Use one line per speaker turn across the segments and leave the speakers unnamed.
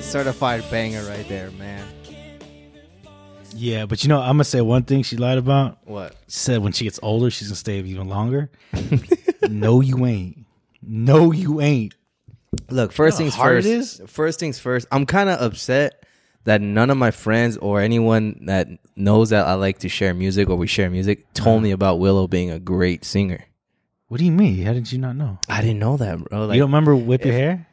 certified banger right there, man.
Yeah, but you know, I'm gonna say one thing she lied about.
What?
She said when she gets older, she's gonna stay even longer. no, you ain't. No, you ain't.
Look, first
You know
things
how hard
first.
it
First things first. I'm kind of upset that none of my friends or anyone that knows that I like to share music or we share music told me about Willow being a great singer.
What do you mean? How did you not know?
I didn't know that, bro. Like,
you don't remember whip your hair?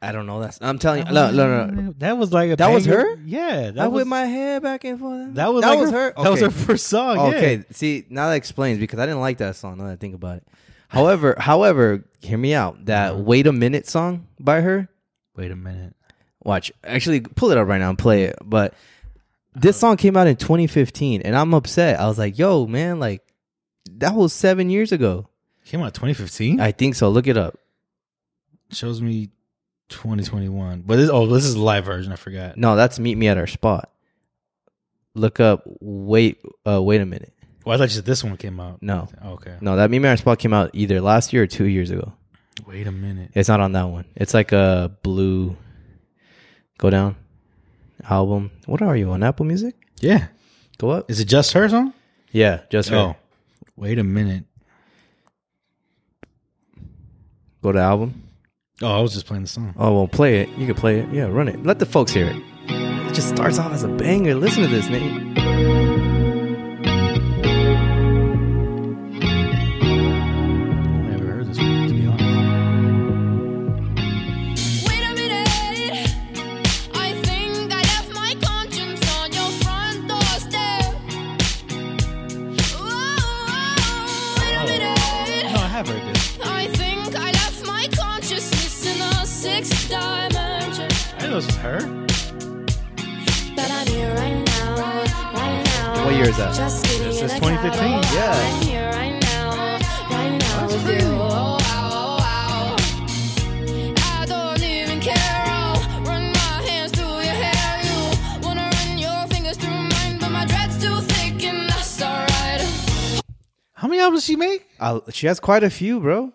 I don't know that. I'm telling you, no, no, no.
That was like a
That was
banger.
her?
Yeah, that
I
was
whip my hair back and forth.
That was
that
like
was
her,
her.
That was
Okay.
her first song.
Okay,
yeah.
see now that explains because I didn't like that song. Now that I think about it, however, however, hear me out. That
Uh-huh.
"Wait a Minute" song by her.
Wait a minute.
Watch, actually, pull it up right now and play it. But this song came out in 2015, and I'm upset. I was like, "Yo, man, like that was seven years ago."
Came out 2015.
I think so. Look it up.
Shows me 2021. But this, oh, this is the live version. I forgot.
No, that's "Meet Me at Our Spot." Look up. Wait, uh, wait a minute.
Well, I thought you said this one came out. Oh,
No.
Okay.
No, that "Meet Me at Our Spot" came out either last year or two years ago.
Wait a minute.
It's not on that one. It's like a blue go down album. What are you on Apple Music?
Yeah.
Go up.
Is it just her song?
Yeah, just her.
Oh. Wait a minute.
Go to album.
Oh, I was just playing the song.
Oh well, play it. You can play it. Yeah, run it. Let the folks hear it. It just starts off as a banger. Listen to this, Nate.
I never heard this one, to be honest.
Wait a minute, I think I left my conscience on your front doorstep. Wait a minute,
No, I have heard this.
I think I left my consciousness in the sixth dimension.
I know this is her.
But I'm here right now, right now.
What year is that?
Just sitting
This
in
is
a
2015.
car.
Yeah.
I'm here right now, right now with you. Oh, wow, wow. I don't even care. I'll run my hands through your hair. You wanna run your fingers through mine, but my dread's too thick, and that's alright.
How many albums she make?
Uh, she has quite a few, bro.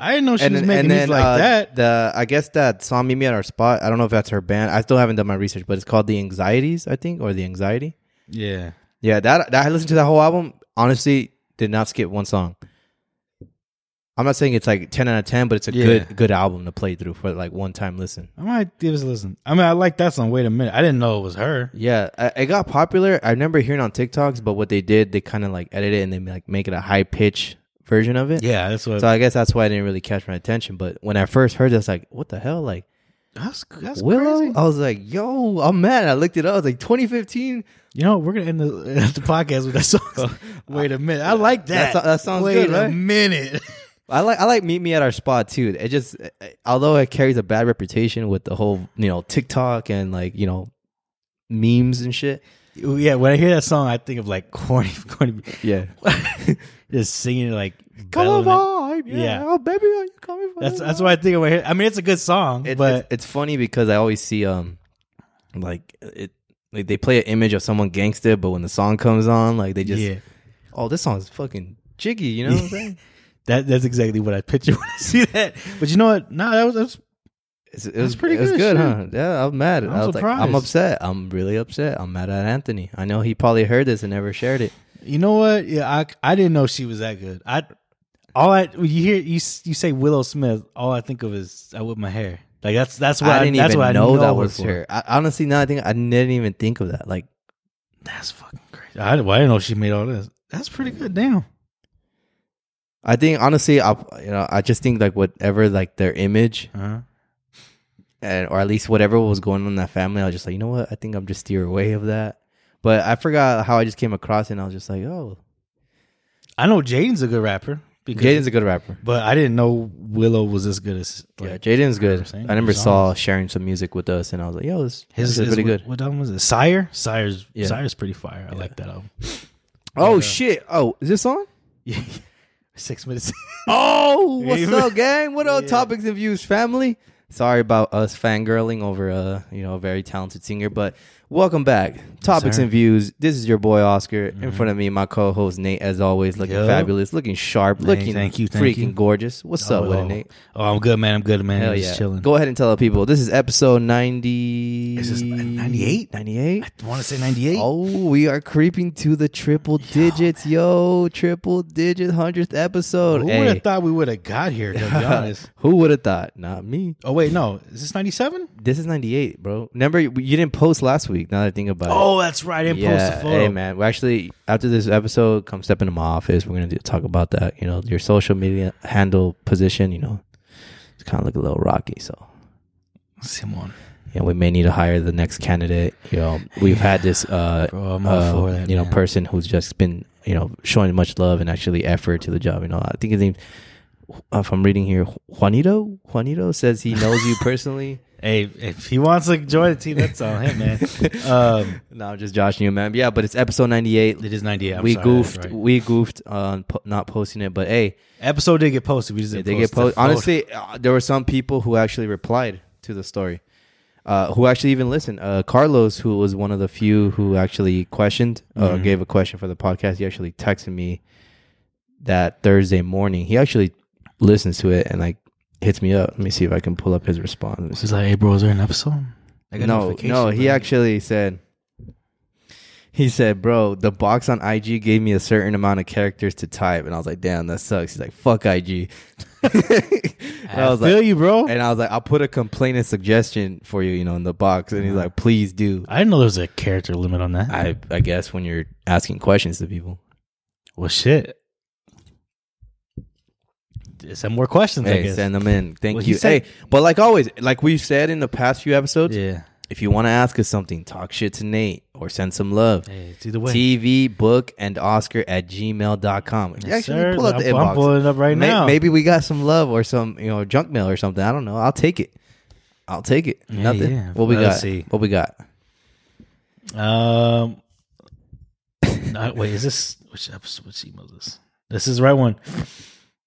I didn't know she was making
and
these like
uh,
that.
The I guess that song "Meet Me at Our Spot." I don't know if that's her band. I still haven't done my research, but it's called "The Anxieties," I think, or "The Anxiety."
Yeah.
Yeah, that, that I listened to that whole album. Honestly, did not skip one song. I'm not saying it's like ten out of ten, but it's a
Yeah.
good good album to play through for like one time listen.
I might give this a listen. I mean, I like that song. Wait a minute. I didn't know it was her.
Yeah, I, it got popular. I remember hearing on TikToks, but what they did, they kind of like edit it and they like make it a high pitch version of it.
Yeah, that's what.
So I guess that's why I didn't really catch my attention. But when I first heard this, like, what the hell, like
that's that's
Willow?
crazy.
I was like, yo, I'm mad. I looked it up. I was like, 2015.
You know, we're gonna end the, the podcast with that song. Wait a minute, I like that.
That so- that sounds
Wait
good,
a
right?
minute.
I like I like Meet Me at Our Spot too. It just eh, although it carries a bad reputation with the whole you know TikTok and like you know memes and shit.
yeah, when I hear that song, I think of like corny, corny,
Yeah,
just singing it like
come on,
bellowing it.
vibe. Yeah.
Yeah.
oh baby, are you coming for?
That's that's what I think of. When I, hear, I mean, it's a good song,
It,
but
it's, it's funny because I always see um like it like they play an image of someone gangster, but when the song comes on, like they just
yeah,
oh this song's fucking jiggy. You know what I'm saying?
that that's exactly what I picture when I see that. But you know what? Nah, that was, that was
It's, it was
pretty
pretty. It was good,
good, shit.
huh? Yeah, I'm mad.
I'm
i was like, I'm
surprised.
upset. I'm really upset. I'm mad at Anthony. I know he probably heard this and never shared it.
you know what? Yeah, I I didn't know she was that good. I all I when you hear you s- you say Willow Smith, all I think of is I whip my hair. Like that's that's what I,
I didn't
that's
even
what I
know, that
her
was
for.
her. I, honestly, now I think I didn't even think of that. Like,
That's fucking crazy. I, well, I didn't know she made all this. That's pretty good. Damn.
I think honestly, I you know, I just think like whatever like their image
Uh-huh.
and or at least whatever was going on in that family, I was just like, you know what? I think I'm just steer away of that. But I forgot how I just came across it. and I was just like, oh,
I know Jaden's a good rapper because,
Jaden's a good rapper.
but I didn't know Willow was as good as
yeah,
like
Jaden's
you know what I'm
good.
saying?
I remember
His
saw sharing some music with us, and I was like, yo, this, this
his,
is
his-
pretty good.
What, what album was it? Sire. Sire's
Yeah.
Sire's pretty fire. I like that album.
Oh shit! Oh, is this on?
Yeah. Six minutes.
Oh, what's
Even-
up, gang? What up, topics and views, family? Sorry about us fangirling over a you know a very talented singer, but Welcome back. Topics
sir. Mm-hmm.
and views. This is your boy Oscar. In front of me, my co-host Nate, as always, looking
Yup.
fabulous, looking sharp, looking
thank you, thank
freaking
you.
gorgeous. What's up with
oh,
it, Nate?
Oh, I'm good, man. I'm good, man.
Hell
I'm
yeah!
just chilling.
Go ahead and tell the people. This is episode ninety.
Is this 98?
Ninety-eight.
I want to say 98.
Oh, we are creeping to the triple digits, yo! Triple digit hundredth episode.
Who
Hey,
would have thought we would have got here? To be honest.
who would have thought? Not me.
Oh wait, no. Is this 97?
This is ninety-eight, bro. Remember, you you didn't post last week. Now that I think about it.
Oh, that's right. I didn't post the photo.
Hey man, we actually after this episode, come step into my office. We're gonna do, talk about that. You know, your social media handle position. You know, it's kind of look a little rocky. So
Simon.
yeah, we may need to hire the next candidate. You know, we've had this uh,
Bro, I'm all
uh,
for that,
you know
man.
person who's just been you know showing much love and actually effort to the job. You know, I think his name. If I'm reading here, Juanito. Juanito says he knows you personally.
Hey, if he wants to join the team, that's on him, man. Um,
No, I'm just joshing you, man. But yeah, but it's episode 98.
it is 98. I'm
we
sorry, that's
goofed.
right.
We goofed on po- not posting it, but hey,
Episode did get posted. We just didn't
they get
post the
posted.
photo.
Honestly, uh, there were some people who actually replied to the story, uh, who actually even listened. Uh, Carlos, who was one of the few who actually questioned, uh,
Mm-hmm.
gave a question for the podcast. He actually texted me that Thursday morning. He actually listens to it and like hits me up. Let me see if I can pull up his response.
He's like, hey, bro, is there an episode? I
No, no, he actually said. He said, "Bro, the box on IG gave me a certain amount of characters to type," and I was like, "Damn, that sucks." He's like, "Fuck IG." And
I,
was
feel
like,
you, bro.
and I was like, I'll put a complaint and suggestion for you, you know, in the box. And he's
Uh-huh.
like, please do.
I didn't know there was a character limit on that.
I, I guess when you're asking questions to people.
well, shit. Send more questions, I
Hey,
guess.
send them in. Thank
Well, he
you.
said-
hey, but like always, like we've said in the past few episodes,
yeah.
if you want to ask us something, talk shit to Nate or send some love.
Hey, it's either way.
TV, book, and Oscar at gmail.com. If you
Yes,
actually
sir.
pull up
I'm,
the
I'm
inbox.
pulling it up right
May-
now.
Maybe we got some love or some, you know, junk mail or something. I don't know. I'll take it. I'll take it.
Yeah,
Nothing.
yeah.
What we
Let's
got?
see.
What we got?
Um, no, wait, is this which episode? Which email is this? This is the right one.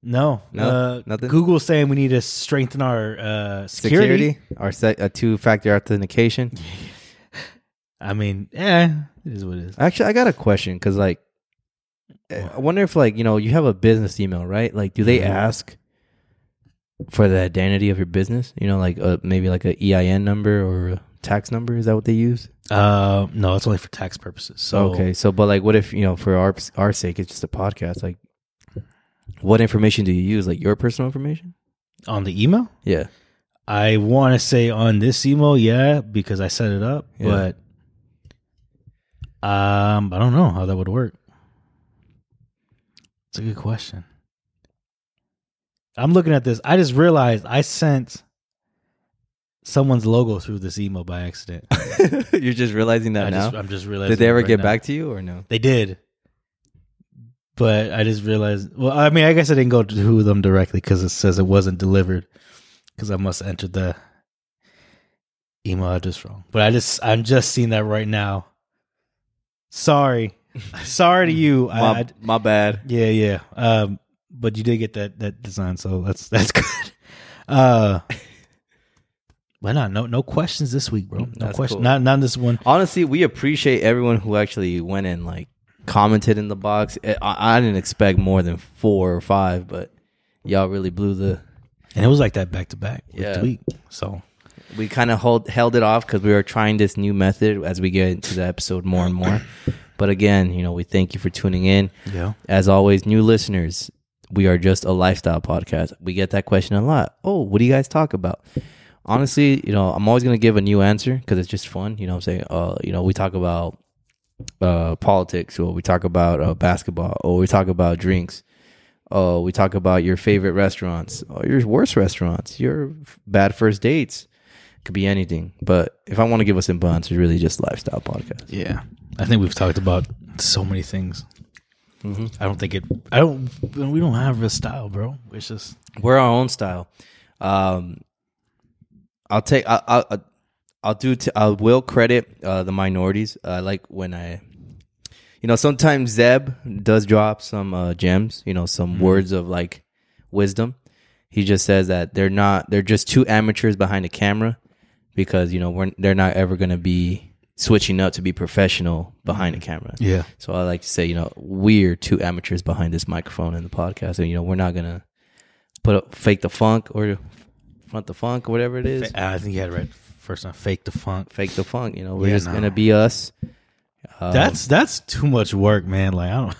No,
No,
uh,
nothing?
Google's saying we need to strengthen our uh, security.
or set a two factor authentication.
I mean, yeah, it is what it is.
Actually, I got a question because, like, eh, I wonder if, like, you know, you have a business email, right? Like, do they
Mhm.
ask for the identity of your business? You know, like uh maybe like a EIN number or a tax number? Is that what they use?
Uh, no, it's only for tax purposes. So
okay, so but like, what if you know, for our our sake, it's just a podcast. Like, what information do you use? Like your personal information?
on the email,
Yeah.
I want to say on this email, yeah, because I set it up,
Yeah.
but um, I don't know how that would work. It's a good question. I'm looking at this. I just realized I sent someone's logo through this email by accident.
You're just realizing that
I
now.
just, I'm just realizing.
Did they
it
ever
right
get
now.
back to you or no?
They did, but I just realized. Well, I mean, I guess I didn't go to them directly because it says it wasn't delivered because I must have entered the email address wrong. But I just, I'm just seeing that right now. Sorry, sorry to you. I, I-
my bad.
yeah, yeah. Um, but you did get that that design, so that's that's good. Uh, but no, no, no questions this week, bro. No
Mm, That's
question.
cool.
Not not this one.
honestly, we appreciate everyone who actually went and like commented in the box. I, I didn't expect more than four or five, but y'all really blew the.
And it was like that back to back week
Yeah.
to week. So
We kind of hold held it off because we were trying this new method as we get into the episode more and more. But again, you know, we thank you for tuning in.
yeah,
As always, new listeners, we are just a lifestyle podcast. We get that question a lot. Oh, what do you guys talk about? Honestly, you know, I'm always going to give a new answer because it's just fun. You know what I'm saying? Uh, you know, we talk about uh, politics or we talk about uh, basketball or we talk about drinks. Uh, we talk about your favorite restaurants or your worst restaurants, your f- bad first dates. Could be anything. But if I want to give us some buns, it's really just lifestyle podcast.
yeah. I think we've talked about so many things.
Mm-hmm.
I don't think it. I don't. We don't have a style, bro. It's just
we're our own style. Um, I'll take I, I, I- I'll do t- I will credit uh, the minorities. I like when I, you know, sometimes Zeb does drop some uh, gems. You know, some words of like wisdom. He just says that they're not they're just two amateurs behind the camera because you know we're they're not ever gonna be switching up to be professional behind the camera.
Yeah.
So I like to say, you know, we're two amateurs behind this microphone and the podcast, and you know, we're not gonna put up fake the funk or front the funk or whatever it is.
I think you had it right first time. Fake the funk.
Fake the funk. You know, we're
Yeah,
just
no.
gonna be us. Um,
That's that's too much work, man. Like I don't,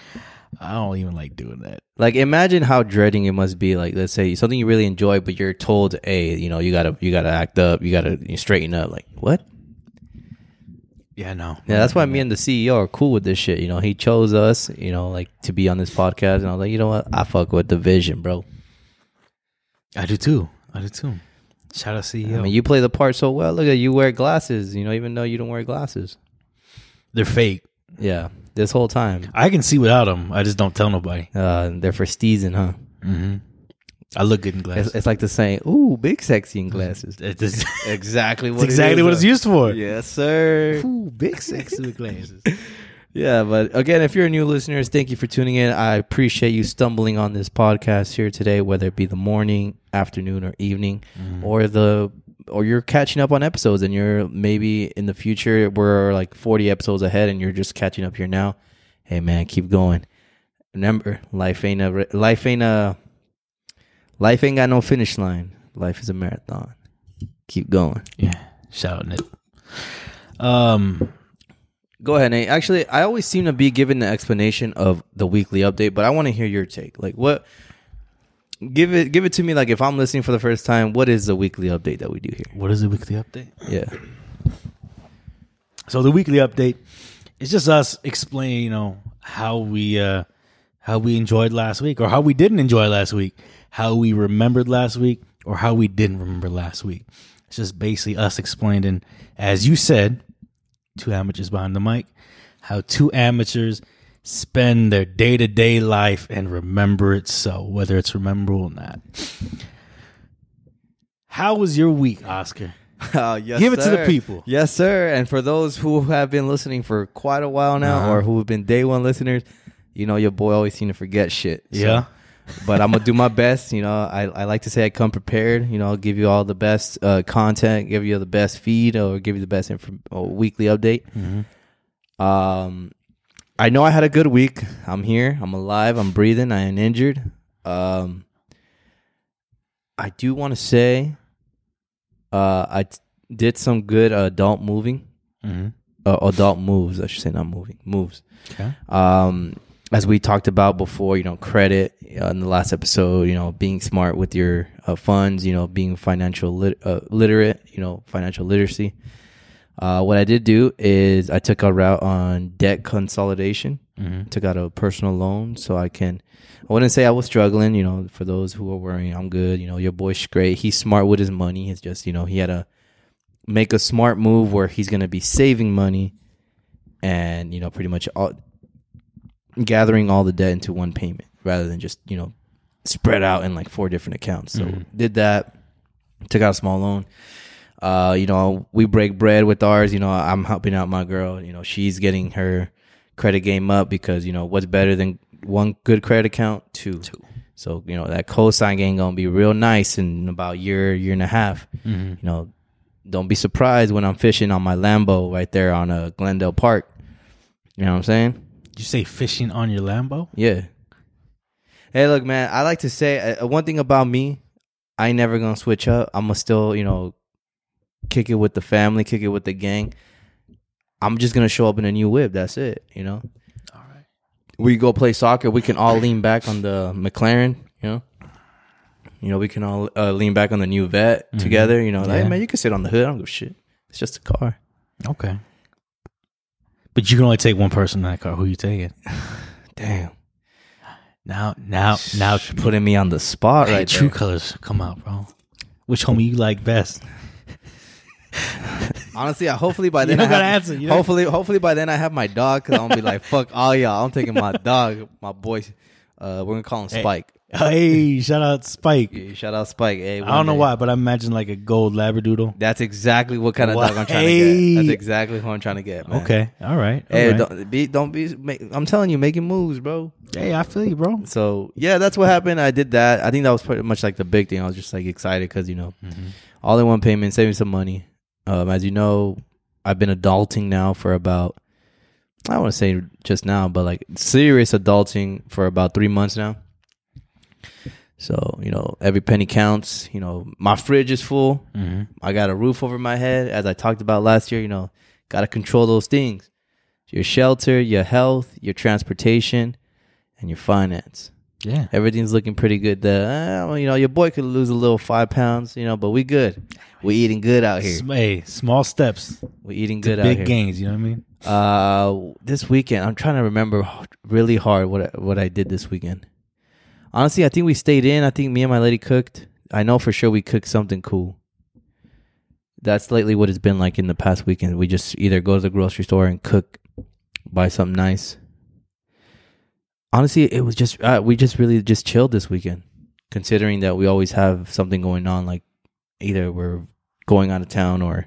I don't even like doing that.
like imagine how dreading it must be. Like let's say something you really enjoy, but you're told, hey, you know, you gotta you gotta act up, you gotta straighten up. Like what?
Yeah, no.
Yeah, that's why me and the CEO are cool with this shit. You know, he chose us, you know, like to be on this podcast, and I was like, you know what, I fuck with the vision, bro.
I do too. I do too. Shout out E CEO.
I mean, you play the part so well. Look at you wear glasses, you know, even though you don't wear glasses.
They're fake.
Yeah, this whole time,
I can see without them. I just don't tell nobody.
uh, they're for steezing, huh?
I look good in glasses.
It's, it's like the saying, "Ooh, big sexy in glasses."
It's, it's,
Exactly what uh,
it's exactly what it's used for.
Yes, sir.
Ooh, big sexy with glasses.
Yeah, but again, if you're a new listeners, thank you for tuning in. I appreciate you stumbling on this podcast here today, whether it be the morning, afternoon, or evening, or the or you're catching up on episodes, and you're maybe in the future we're like 40 episodes ahead, and you're just catching up here now. Hey, man, keep going. Remember, life ain't a life ain't a life ain't got no finish line. Life is a marathon. Keep going.
Yeah. Shout out Nick. Um.
Go ahead, Nate. Actually, I always seem to be given the explanation of the weekly update, but I want to hear your take. Like, what? Give it, give it to me. Like, if I'm listening for the first time, what is the weekly update that we do here?
What is the weekly update?
Yeah,
So the weekly update is just us explaining, you know, how we uh how we enjoyed last week or how we didn't enjoy last week, how we remembered last week or how we didn't remember last week. It's just basically us explaining, as you said, two amateurs behind the mic, how two amateurs spend their day to day life and remember it so, whether it's memorable or not. How was your week, Oscar?
Uh, yes,
Give it to the sir. people.
Yes, sir. And for those who have been listening for quite a while now,
Uh-huh.
or who have been day one listeners, you know your boy always seem to forget shit. So-
Yeah.
but I'm gonna do my best. You know, I, I like to say I come prepared. You know, I'll give you all the best uh, content, give you the best feed, or give you the best inf- or weekly update. Um, I know I had a good week. I'm here. I'm alive. I'm breathing. I ain't injured. Um, I do want to say, uh, I t- did some good adult moving,
Mm-hmm.
uh, adult moves. I should say not moving moves
Okay.
um, as we talked about before, you know, credit uh, in the last episode, you know, being smart with your uh, funds, you know, being financial lit- uh, literate, you know, financial literacy. Uh, what I did do is I took a route on debt consolidation. Took out a personal loan so I can. I wouldn't say I was struggling, you know. For those who are worrying, I'm good. You know, your boy's great. He's smart with his money. It's just you know he had a make a smart move where he's going to be saving money and you know pretty much all gathering all the debt into one payment rather than just you know spread out in like four different accounts so did that took out a small loan uh you know we break bread with ours you know i'm helping out my girl you know she's getting her credit game up because you know what's better than one good credit account two, two. so you know that cosign game gonna be real nice in about year year and a half you know don't be surprised when i'm fishing on my lambo right there on uh, glendale park you know what i'm saying
You say fishing on your Lambo?
yeah. Hey, look, man. I like to say uh, one thing about me. I ain't never gonna switch up. I'm gonna still, you know, kick it with the family, kick it with the gang. I'm just gonna show up in a new whip. That's it. You know.
All right.
We go play soccer. We can all lean back on the McLaren. You know. You know, we can all uh, lean back on the new vet together. You know, like,
Mm-hmm. Yeah.
hey, man, you can sit on the hood. I don't give a shit. It's just a car.
Okay. But you can only take one person in that car. Who you taking?
Damn.
Now, now, now,
Putting me on the spot
hey,
right
True
there.
Colors come out, bro. Which homie you like best?
Honestly, I hopefully by then
don't
I
gotta
have,
answer. You don't-
hopefully, hopefully by then I have my dog because I'm gonna be like, fuck all y'all. I'm taking my dog, my boy. Uh, we're gonna call him Spike.
Hey, shout out Spike.
Yeah, shout out Spike. Hey,
I don't know why, but I imagine like a gold Labradoodle.
That's exactly what kind of dog I'm trying to
Hey.
get. That's exactly who I'm trying to get. Man.
Okay, all right. all
Hey,
right.
don't be, don't be. Make, I'm telling you, making moves, bro.
hey, I feel you, bro.
So yeah, that's what happened. I did that. I think that was pretty much like the big thing. I was just like excited because you know, all in one payment, saving some money. Um, as you know, I've been adulting now for about I don't want to say just now, but like serious adulting for about three months now. So you know, every penny counts. You know, my fridge is full.
Mm-hmm.
I got a roof over my head, as I talked about last year. You know, got to control those things your shelter, your health, your transportation, and your finance.
Yeah.
Everything's looking pretty good there. Uh, well, you know, your boy could lose a little five pounds, you know, but we good. we eating good out here.
S- Hey, small steps,
we eating good out
big
here.
gains. You know what I mean?
Uh, this weekend, I'm trying to remember h- really hard what I, what I did this weekend. Honestly, I think we stayed in. I think me and my lady cooked. I know for sure we cooked something cool. That's lately what it's been like in the past weekend. We just either go to the grocery store and cook, buy something nice. Honestly, it was just uh, we just really just chilled this weekend, considering that we always have something going on. Like either we're going out of town or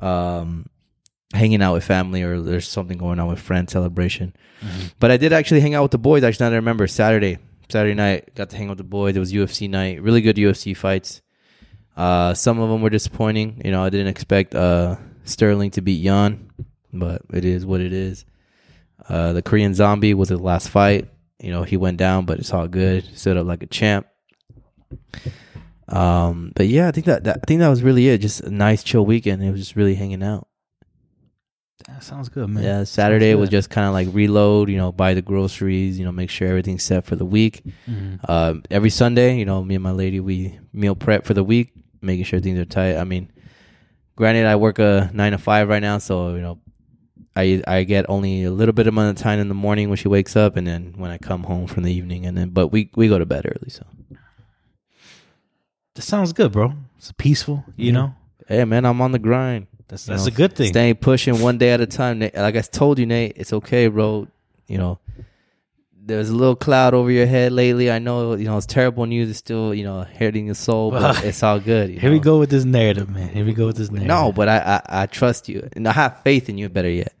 um hanging out with family or there's something going on with friends celebration. But I did actually hang out with the boys. Actually, now that I remember Saturday, Saturday night, got to hang out with the boys. It was UFC night. Really good UFC fights. Uh, some of them were disappointing. You know, I didn't expect uh, Sterling to beat Yan, but it is what it is. Uh, the Korean Zombie was his last fight. You know, he went down, but it's all good. Stood up like a champ. Um, but yeah, I think that, that I think that was really it. Just a nice chill weekend. It was just really hanging out.
That sounds good, man.
Yeah, Saturday
Sounds
was
good.
just kind of like reload, you know, buy the groceries, you know, make sure everything's set for the week.
Mhm.
Uh, every Sunday, you know, me and my lady, we meal prep for the week, making sure things are tight. I mean, granted, I work a nine to five right now, so, you know, I I get only a little bit amount of time in the morning when she wakes up, and then when I come home from the evening, and then, but we, we go to bed early, so.
That sounds good, bro. It's peaceful. You
Yeah.
know,
Hey, man, I'm on the grind.
that's
You
that's
know,
a good thing.
Staying pushing one day at a time. Nate. Like I told you, Nate, it's okay, bro. You know, there's a little cloud over your head lately. I know, you know, it's terrible news. It's still, you know, hurting your soul, but it's all good. you
Here we
know.
go with this narrative, man. Here we go with this narrative.
No, but I, I, I trust you, and I have faith in you. Better yet,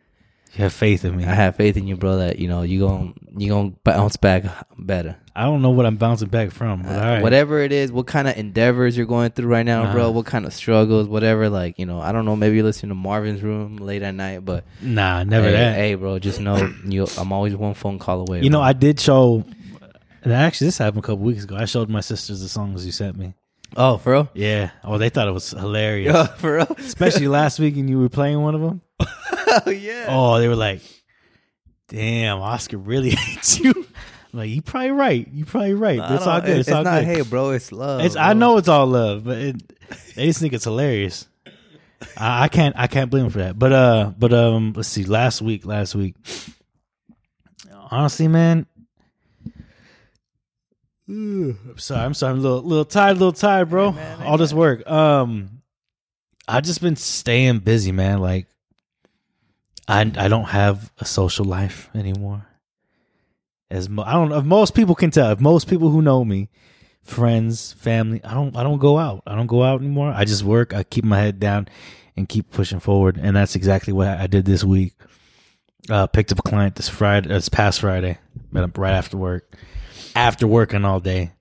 you have faith in me.
I have faith in you, bro. That you know you gonna you gonna bounce back better.
I don't know what I'm bouncing back from, but all right.
Uh, Whatever it is, what kind of endeavors you're going through right now, bro.
Uh-huh.
What kind of struggles, whatever. Like you know, I don't know. Maybe you're listening to Marvin's Room late at night, but
Nah, never
hey,
that.
hey, bro, just know you. I'm always one phone call away.
you know,
bro.
I did show. and Actually, this happened a couple weeks ago. I showed my sisters the songs you sent me.
oh, for real,
Yeah. Oh, they thought it was hilarious.
yeah, for real,
Especially last week when you were playing one of them.
oh, yeah.
Oh, they were like, "Damn, Oscar really hates you." I'm like, you probably right. You probably right.
I
It's
don't-
all good.
it-
It's,
It's,
all
not
good.
hey, bro. It's love.
it's I
bro.
know it's all love, but it, they just think it's hilarious. I, I can't I can't blame them for that. But uh, but um, let's see. Last week, last week, honestly, man. Ooh, I'm sorry, I'm sorry. I'm a little, little tired, little tired, bro. All this work. Um, I just been staying busy, man. Like, I I don't have a social life anymore. As mo- I don't, if most people can tell, if most people who know me, friends, family, I don't I don't go out. I don't go out anymore. I just work. I keep my head down and keep pushing forward. And that's exactly what I did this week. Uh, picked up a client this Friday, uh, this past Friday, met up right after work. After working all day,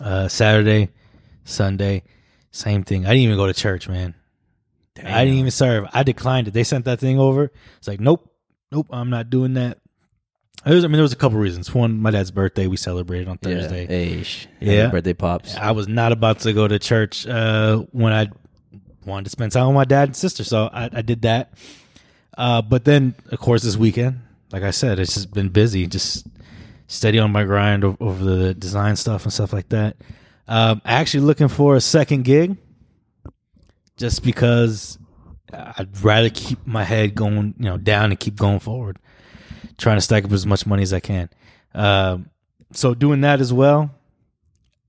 uh, Saturday, Sunday, same thing. I didn't even go to church, man. I didn't even serve. I declined it. They sent that thing over. It's like, nope, nope, I'm not doing that. There's, I mean, there was a couple reasons. One, my dad's birthday, we celebrated on
Yeah.
Thursday.
Hey, sh-
Yeah.
happy birthday pops.
I was not about to go to church uh, when I wanted to spend time with my dad and sister, so I, I did that. Uh, but then, of course, this weekend, like I said, it's just been busy, just steady on my grind o- over the design stuff and stuff like that. Um, actually, looking for a second gig, just because I'd rather keep my head going, you know, down and keep going forward, trying to stack up as much money as I can. Um, so doing that as well,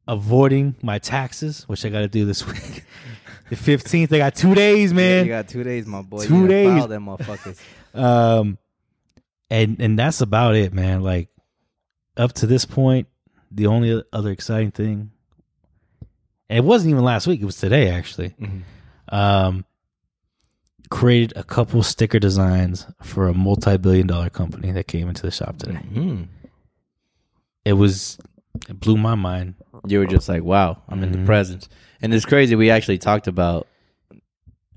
avoiding my taxes, which I got to do this week. The fifteenth, I got two days, man.
you got two days, my boy.
Two
You gotta
days.
File them motherfuckers.
um, and and that's about it, man. Like up to this point, the only other exciting thing, and it wasn't even last week; it was today actually.
Mm-hmm.
Um, created a couple sticker designs for a multi-billion-dollar company that came into the shop today.
Mhm.
It was, it blew my mind.
you were just like, wow, I'm in the
Mhm.
presence. And it's crazy. We actually talked about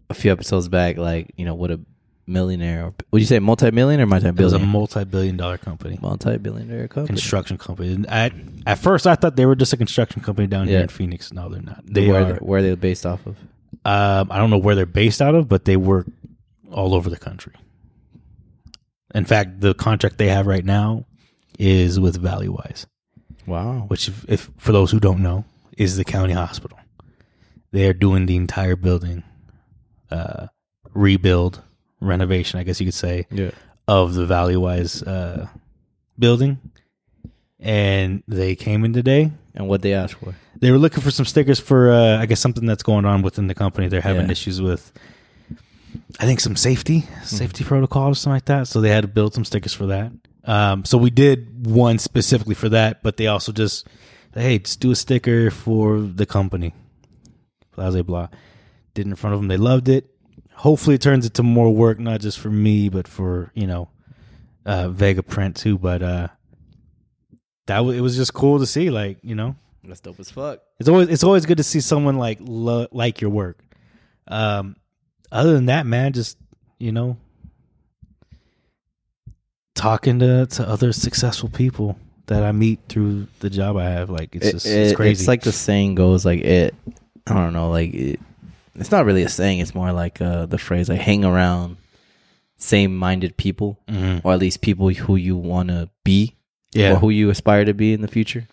a few episodes back, like you know, what a millionaire or would you say multi-millionaire or
It was a
multi-billionaire?
multi-billion dollar company,
multi-billionaire company.
construction company. And I, at first, I thought they were just a construction company down here
Yeah.
in Phoenix. No, they're not. They
where
are.
They, where are they based off of?
Um, I don't know where they're based out of, but they work all over the country. In fact, the contract they have right now is with ValleyWise,
Wow.
which, if, if for those who don't know, is the county hospital. They are doing the entire building, uh, rebuild, renovation, I guess you could say,
Yeah.
of the ValleyWise uh, building. And they came in today.
And what they asked for?
They were looking for some stickers for, uh, I guess, something that's going on within the company. They're having
Yeah.
issues with, I think, some safety, safety protocols, something like that. So they had to build some stickers for that. Um, so we did one specifically for that, but they also just, hey, just do a sticker for the company. Blah, blah, blah. Did it in front of them. They loved it. Hopefully it turns into more work, not just for me, but for, you know, uh, Vega Print too. But uh, that w- it was just cool to see, like, you know,
That's dope as fuck.
it's always it's always good to see someone like lo- like your work. Um, other than that, man, just you know, talking to to other successful people that I meet through the job I have, like it's
It-
just
it-
it's crazy.
It's like the saying goes, like it. I don't know, like it, it's not really a saying. It's more like uh, the phrase, like hang around same-minded people,
Mhm.
or at least people who you want to be,
yeah,
or who you aspire to be in the future.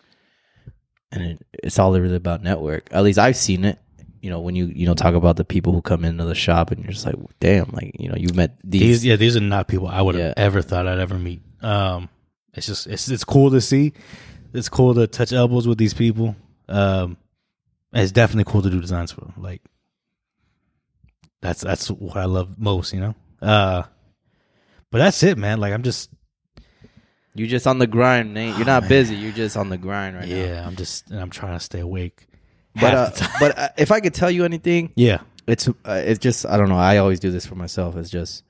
And it, it's all really about network. At least I've seen it. You know, when you you know talk about the people who come into the shop, and you're just like, damn, like you know, you've met
these
these.
yeah these are not people I would have
Yeah.
ever thought I'd ever meet. Um, it's just it's it's cool to see. It's cool to touch elbows with these people. Um, and it's definitely cool to do designs for them. Like that's that's what I love most, you know. Uh, but that's it, man. Like I'm just
You're just on the grind, Nate. You're not busy. You're just on the grind right now.
Oh, yeah, I'm just and I'm trying to stay awake.
But
half the
uh, but uh, if I could tell you anything,
Yeah,
it's uh, it's just I don't know. I always do this for myself. It's just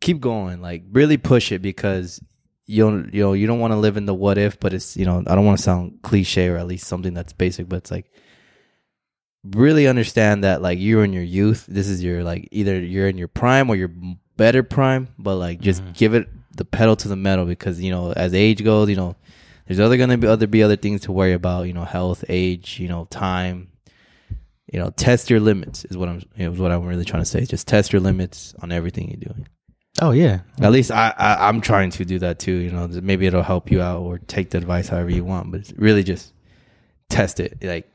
keep going, like really push it because you'll you know you don't want to live in the what if, but it's you know I don't want to sound cliche or at least something that's basic, but it's like really understand that like you're in your youth. This is your like either you're in your prime or your better prime, but like just give it the pedal to the metal because you know as age goes, you know there's other gonna be other be other things to worry about. You know health, age, you know time, you know, test your limits is what I'm is what I'm really trying to say. Just test your limits on everything you're doing.
oh yeah,
At least I, I I'm trying to do that too. You know, maybe it'll help you out or take the advice however you want, but it's really just test it. Like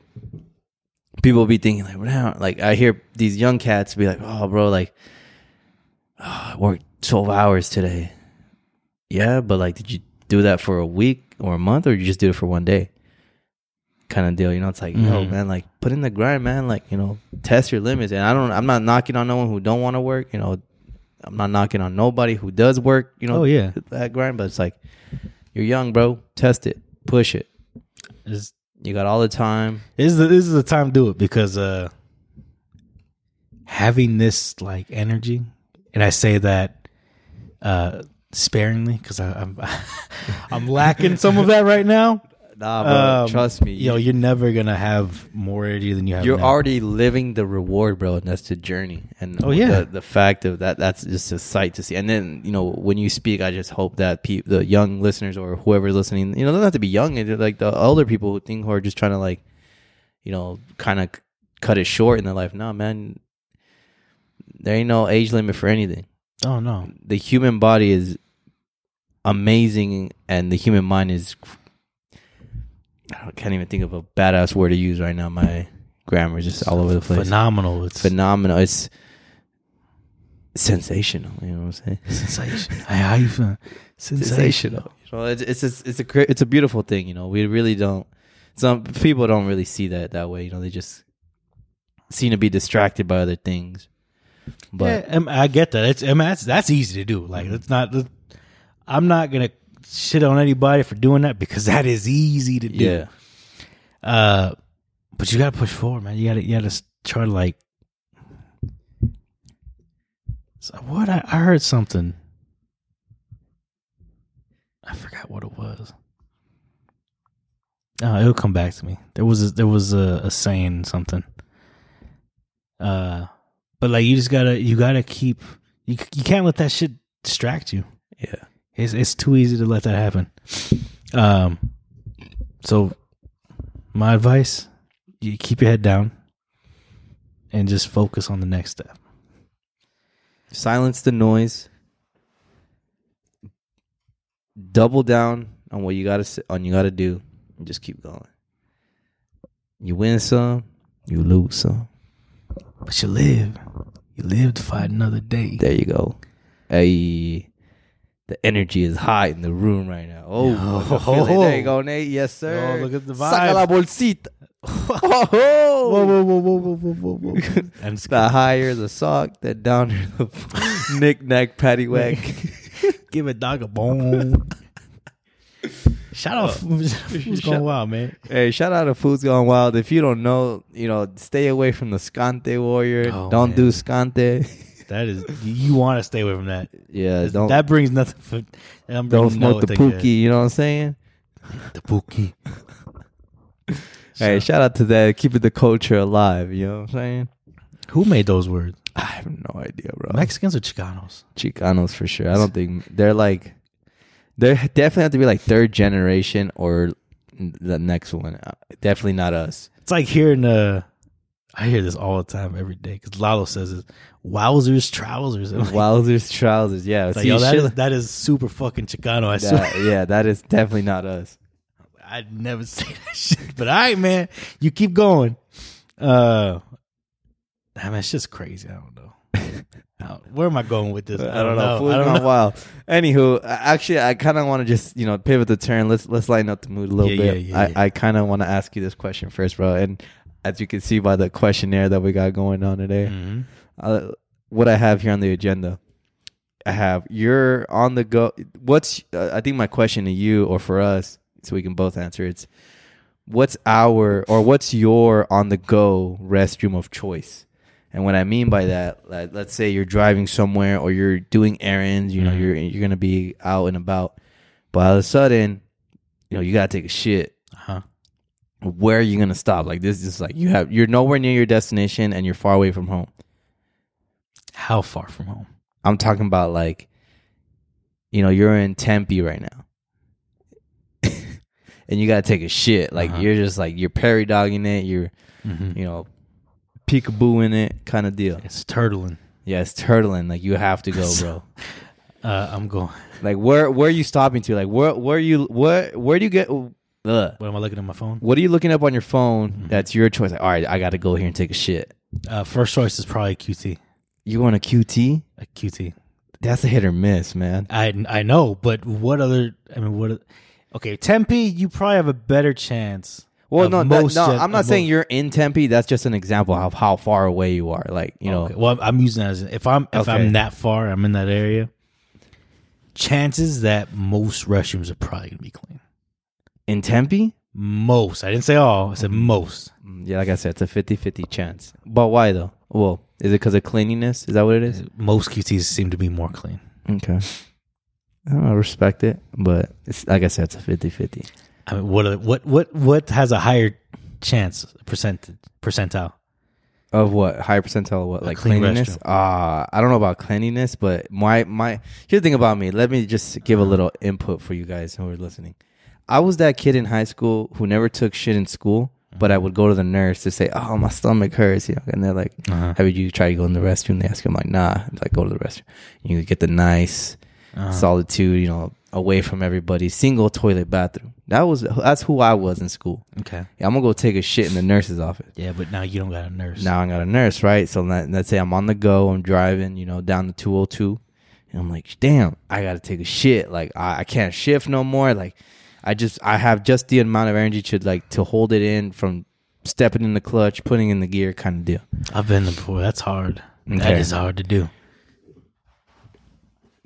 people be thinking like, wow, like I hear these young cats be like, oh, bro, like oh, I worked 12 hours today. Yeah, but like, did you do that for a week or a month, or you just do it for one day? Kind of deal, you know. It's like, yo,
Mhm.
man, like put in the grind, man. Like, you know, test your limits. And I don't, I'm not knocking on no one who don't want to work. You know, I'm not knocking on nobody who does work. You know,
Oh, yeah.
that grind. But it's like, you're young, bro. Test it, push it.
It's-
You got all the time.
this is the, this is the time to do it because uh having this like energy and i say that uh sparingly because i'm i'm lacking some of that right now
Nah, bro.
Um,
Uh, trust me.
yo you're never gonna have more energy than you have
You're
now.
already living the reward, bro, and that's the journey. And
Oh, yeah.
the, the fact of that that's just a sight to see. And then you know when you speak, I just hope that peop the young listeners or whoever's listening, you know, they don't have to be young. It's like the older people who think who are just trying to like, you know, kind of cut it short in their life. No, man, there ain't no age limit for anything.
oh no
The human body is amazing, and the human mind is. I don't- can't even think of a badass word to use right now. My grammar is just all over the place
phenomenal it's
phenomenal. It's sensational. You know what I'm saying?
sensational Hey, how you feeling sensational
You know, it's it's just, it's a cra- it's a beautiful thing. You know, we really don't. Some people don't really see that that way. You know, they just seem to be distracted by other things. But
yeah, um, I get that. It's I mean, that's that's easy to do. Like it's not. I'm not gonna shit on anybody for doing that because that is easy to do.
yeah,
Uh, but you gotta push forward, man. You gotta you gotta s- try to like. So what I, I heard something. I forgot what it was. Oh, it'll come back to me. There was a, there was a, a saying something. Uh, but But like you just gotta you gotta keep you c- you can't let that shit distract you.
Yeah.
It's it's too easy to let that happen. Um, so my advice: you keep your head down and just focus on the next step.
silence the noise double down on what you gotta s- on you gotta do and just keep going you win some you lose some
But you live, you live to fight another day.
there you go hey the energy is high in the room right now oh, I feel it. there you go nate yes sir
Oh, look at the
Saca
vibe.
la bolsita oh, oh.
whoa, whoa, whoa, whoa, whoa, whoa! I'm just
the
kidding.
higher the sock the downer the knick-knack paddywhack
give a dog a bone. Shout out, who's going wild, man?
Hey, shout out to Foods Gone Wild. If you don't know, you know, stay away from the Scante Warrior.
Oh,
don't
man.
do Scante.
That is, you want to stay away from that.
yeah, don't
that brings nothing. For,
don't
I'm bringing
smoke the
nothing good.
pookie. You know what I'm saying?
The pookie.
Hey, shout out to that. Keeping the culture alive. You know what I'm saying?
Who made those words?
I have no idea, bro.
Mexicans or Chicanos?
Chicanos for sure. I don't think they're like they definitely have to be like third generation or the next one. Uh, Definitely not us.
It's like hearing uh I hear this all the time every day because Lalo says it. Wowzers, trousers. I'm like,
Wilders trousers. Yeah,
like,
see,
yo, that
shit
is, that is super fucking Chicano. I
like
swear.
that- yeah, that is definitely not us.
I'd never say that shit. But all right, man, you keep going. Uh, I mean, it's just crazy. I don't know. I don't- Where am I going with this?
I don't know. Food
I don't
gone
know.
wild. Anywho, I- actually, I kind of want to just you know pivot the turn. Let's let's lighten up the mood a little
Yeah,
bit.
yeah, yeah,
I,
yeah.
I kind of want to ask you this question first, bro. And as you can see by the questionnaire that we got going on today,
Mhm.
uh, what I have here on the agenda, I have you're on the go. What's uh, I think my question to you or for us, so we can both answer. It's what's our or what's your on the go restroom of choice? And what I mean by that, like, let's say you're driving somewhere or you're doing errands. You know,
Mhm.
you're you're gonna be out and about, but all of a sudden, you know, you gotta take a shit
Uh-huh.
where are you gonna stop? Like this is like you have you're nowhere near your destination and you're far away from home.
How far from home?
I'm talking about like, you know, you're in Tempe right now, and you gotta take a shit. Like
Uh-huh.
you're just like you're parry dogging it. You're
Mhm.
you know, peekabooing it kind of deal.
It's turtling.
Yeah, it's turtling. Like you have to go, bro.
Uh, I'm going.
like where where are you stopping to? Like where where you where where do you get? Ugh.
What am I looking at my phone?
What are you looking up on your
Mm-hmm.
phone? That's your choice. Like, all right, I gotta go here and take a shit.
Uh, first choice is probably QT.
You want a QT?
A QT.
That's a hit or miss, man.
I I know, but what other? I mean, what? Okay, Tempe. You probably have a better chance.
Well,
of
no, that- no,
gen-
I'm not
of
saying
most-
you're in Tempe. That's just an example of how far away you are. Like, you
Okay,
know,
Well, I'm using that as if I'm if
Okay.
I'm that far, I'm in that area. Chances that most restrooms are probably gonna be clean.
in Tempe,
Most. I didn't say all. I said most.
Mm, yeah, like I said, it's a 50 50 chance. But why though? Well, is it because of cleanliness? Is that what it is?
Most QTs seem to be more clean.
Okay. I don't know, I respect it, but it's like I said, it's a 50 50.
I mean, what are- what what what has a higher chance percent percentile?
Of what? High percentile of what? Like
clean
cleanliness?
restroom.
Ah, I don't know about cleanliness, but my my here's the thing about me. Let me just
Uh-huh.
give a little input for you guys who are listening. I was that kid in high school who never took shit in school, but I would go to the nurse to say, "Oh, my stomach hurts," you know, and they're like,
Uh-huh.
"Have you tried to go in the restroom?" They ask, "I'm like, nah." i like, "Go to the restroom." You get the nice
Uh-huh.
solitude, you know, away from everybody, single toilet bathroom. That was that's who I was in school.
Okay.
Yeah, I'm gonna go take a shit in the nurse's office.
Yeah, but now you don't got a nurse.
Now I got a nurse, right? So let, let's say I'm on the go, I'm driving, you know, down the 202, and I'm like, damn, I gotta take a shit. Like I, I can't shift no more. Like I just I have just the amount of energy to like to hold it in from stepping in the clutch, putting in the gear, kind of deal.
I've been there before. That's hard. That
Okay.
is hard to do.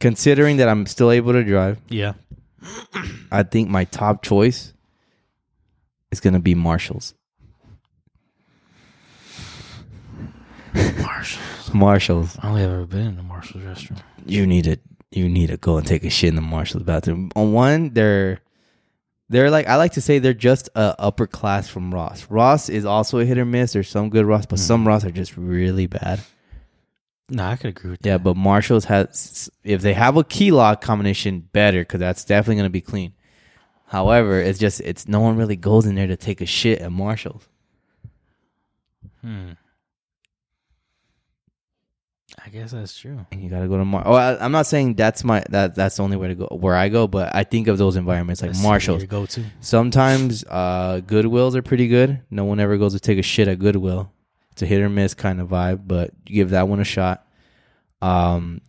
Considering that I'm still able to drive,
Yeah.
I think my top choice is gonna be Marshalls.
Marshalls.
Marshalls.
I only ever been in the Marshalls restroom.
you need to you need to go and take a shit in the Marshalls bathroom. On one, they're they're like I like to say they're just a upper class from Ross. Ross is also a hit or miss. There's some good Ross, but some Ross are just really bad.
No, I could agree with
Yeah, but Marshalls has if they have a key lock combination, better because that's definitely gonna be clean. However, it's just it's no one really goes in there to take a shit at Marshalls.
that. Hmm. I guess that's true.
And you gotta go to Mar. Oh, I, I'm not saying that's my that that's the only way to go where I go, but I think of those environments like
That's
Marshalls.
your go-to.
Sometimes uh, Goodwills are pretty good. No one ever goes to take a shit at Goodwill. It's a hit or miss kind of vibe, but you give that one a shot. Um,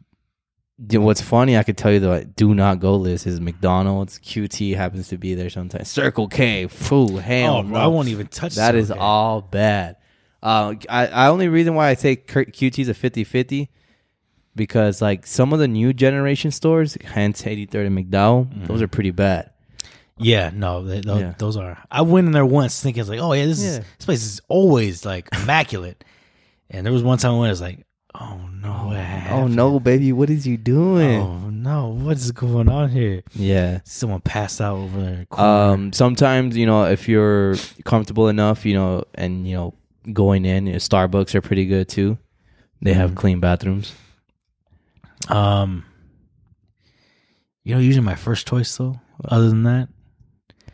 d- what's funny, I could tell you the do not go list is McDonald's. QT happens to be there sometimes. Circle K, foo, hell,
Oh, bro, I won't even touch
That is
Circle K.
all bad. Uh, I, I only reason why I say Cur- QT's a 50-50 because like some of the new generation stores, hence 83rd and McDowell,
Mm-hmm.
those are pretty bad.
Yeah, no, they, tho-
Yeah.
those are. I went in there once thinking it's like, oh yeah, this is
Yeah.
this place is always like immaculate. And there was one time I went, I was like, oh no, what
Oh
happened?
no, baby! What is you doing?
oh no, what is going on here?
Yeah.
Someone passed out over there.
Um. Sometimes you know if you're comfortable enough, you know, and you know going in, you know, Starbucks are pretty good too. They have clean bathrooms.
Um, you know, usually my first choice though. Other than that, I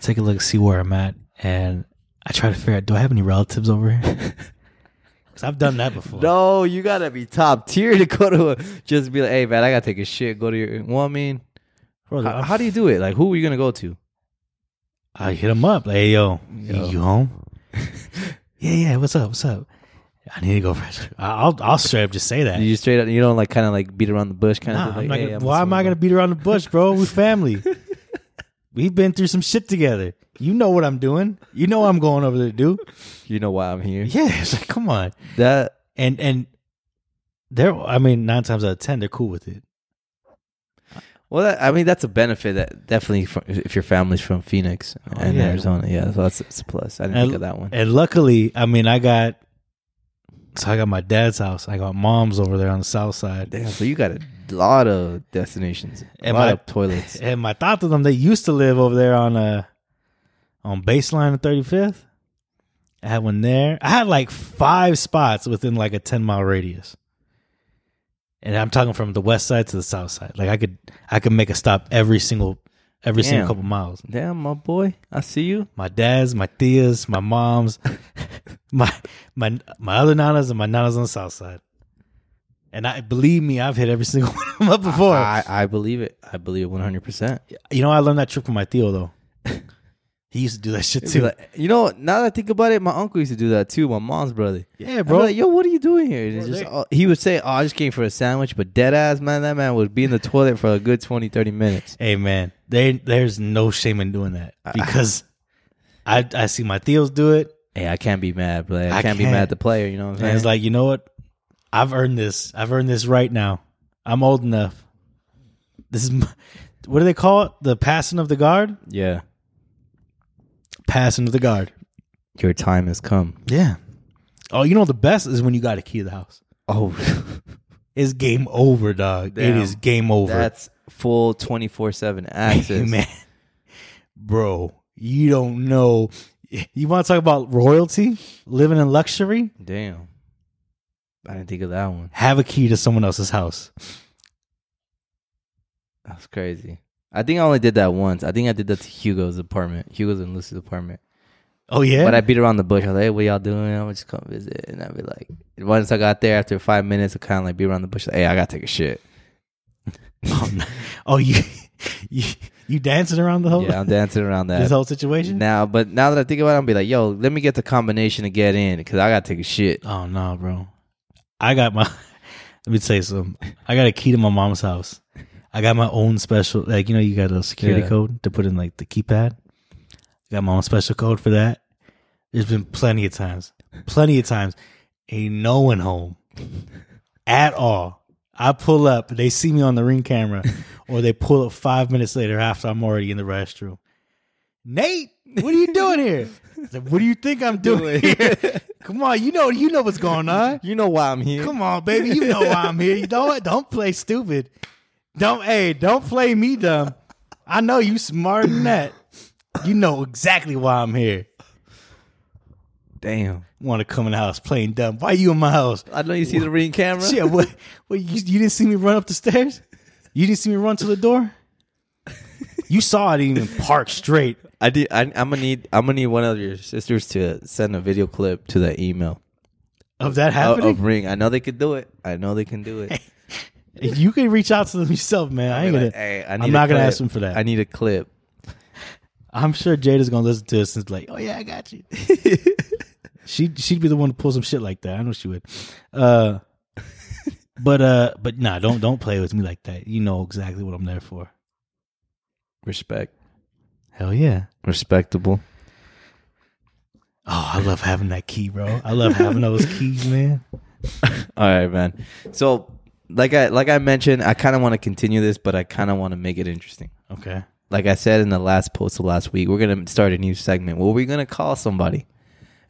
take a look, see where I'm at, and I try to figure out: Do I have any relatives over here? Because I've done that before.
No, you gotta be top tier to go to. A, just be like, hey man, I gotta take a shit. Go to your. Well, I mean,
Bro,
how,
I'm-
how do you do it? Like, who are you gonna go to?
I hit him up, like, "Hey, yo,
Yo.
you home? yeah, yeah. What's up? What's up? I need to go fresh. I'll, I'll straight up just say that.
You just straight up. You don't like kind of like beat around the bush kind
Nah,
of.
I'm not gonna, why am I going to beat around the bush, bro? We family. We've been through some shit together. You know what I'm doing. You know what I'm going over there to do.
You know why I'm here?
Yeah, it's like, come on.
That
And and they're, I mean, nine times out of ten, they're cool with it.
Well, that, I mean, that's a benefit that definitely fr if your family's from Phoenix
Oh,
and
yeah.
Arizona. Yeah, so that's it's a plus. I didn't think of that one.
And luckily, I mean, I got, so I got my dad's house. I got mom's over there on the south side.
Damn, so you got a lot of destinations, a
Am
lot
I-
of toilets.
And my thought to them, they used to live over there on uh on baseline and 35th. I had one there. I had like five spots within like a 10 mile radius. And I'm talking from the west side to the south side. Like I could I could make a stop every single every
Damn.
single couple miles.
Damn, my boy, I see you.
My dad's, my tia's, my mom's, my my my other nanas and my nanas on the south side. And I believe me, I've hit every single one of them up before.
I, I believe it. I believe it one hundred percent.
You know, I learned that trick from my Theo though. he used to do that shit too.
You know, now that I think about it, my uncle used to do that too. My mom's brother.
yeah,
Bro,
bro.
like, yo, what are you doing here? It's
Bro,
just,
they-
oh, he would say, "Oh, I just came for a sandwich," but dead ass man, that man would be in the toilet for a good 20, 30 minutes.
hey man, there there's no shame in doing that because I I see my Theos do it
Hey, I can't be mad, but I,
I
can't be
can't.
mad at the player. You know what I'm saying?
and it's like you know what, I've earned this. I've earned this right now. I'm old enough. This is my, what do they call it? The passing of the guard.
yeah,
Passing of the guard.
your time has come.
Yeah. Oh, you know the best is when you got a key to the house.
Oh,
It's game over, dog.
Damn.
It is game over.
that's full 24 7 access.
Hey, man, bro, you don't know. You want to talk about royalty, living in luxury?
Damn. I didn't think of that one.
Have a key to someone else's house.
That's crazy. I think I only did that once. I think I did that to Hugo's apartment, Hugo's and Lucy's apartment.
Oh yeah,
But I beat around the bush. I was like, hey, what y'all doing? I'm just come visit. And I'd be like, once I got there after five minutes, I kind of like beat around the bush. Like, hey, I got to take a shit.
oh, no. Oh, you, you you dancing around the whole
Yeah, I'm dancing around
this
Oh. that.
whole situation.
Now, but now that I think about it, I'll be like, yo, let me get the combination to get in because I got to take a shit.
oh no, bro, I got my. Let me tell you something. I got a key to my mom's house. I got my own special, like you know, you got a security
Yeah.
code to put in like the keypad. Got my own special code for that. There's been plenty of times, plenty of times, ain't no one home at all. I pull up, they see me on the ring camera, or they pull up five minutes later after I'm already in the restroom. Nate, what are you doing here? I said, what do you think I'm doing here? Come on, you know, you know what's going on.
You know why I'm here.
Come on, baby, you know why I'm here. You don't don't play stupid. Don't hey, don't play me dumb. I know you smarter than that. You know exactly why I'm here.
Damn.
Want to come in the house playing dumb? Why you in my house?
I know you see the ring camera.
Yeah, what? What? You, you didn't see me run up the stairs? You didn't see me run to the door? You saw I didn't even park straight.
I did. I, I'm gonna need. I'm gonna need one of your sisters to send a video clip to that email
Of that
Uh, of,
happening,
of ring. I know they could do it. I know they can do it.
you can reach out to them yourself, man. I ain't gonna.
Like, hey, I
I'm
need a
not gonna
clip.
ask them for that.
I need a clip.
I'm sure Jada's gonna listen to us and be like, "Oh yeah, I got you." she she'd be the one to pull some shit like that. I know she would. Uh, but uh, but nah, don't don't play with me like that. You know exactly what I'm there for.
Respect.
Hell yeah.
Respectable.
Oh, I love having that key, bro. I love having those keys, man.
All right, man. So, like I like I mentioned, I kind of want to continue this, but I kind of want to make it interesting.
Okay.
Like I said in the last post of last week, we're gonna start a new segment where we're gonna call somebody.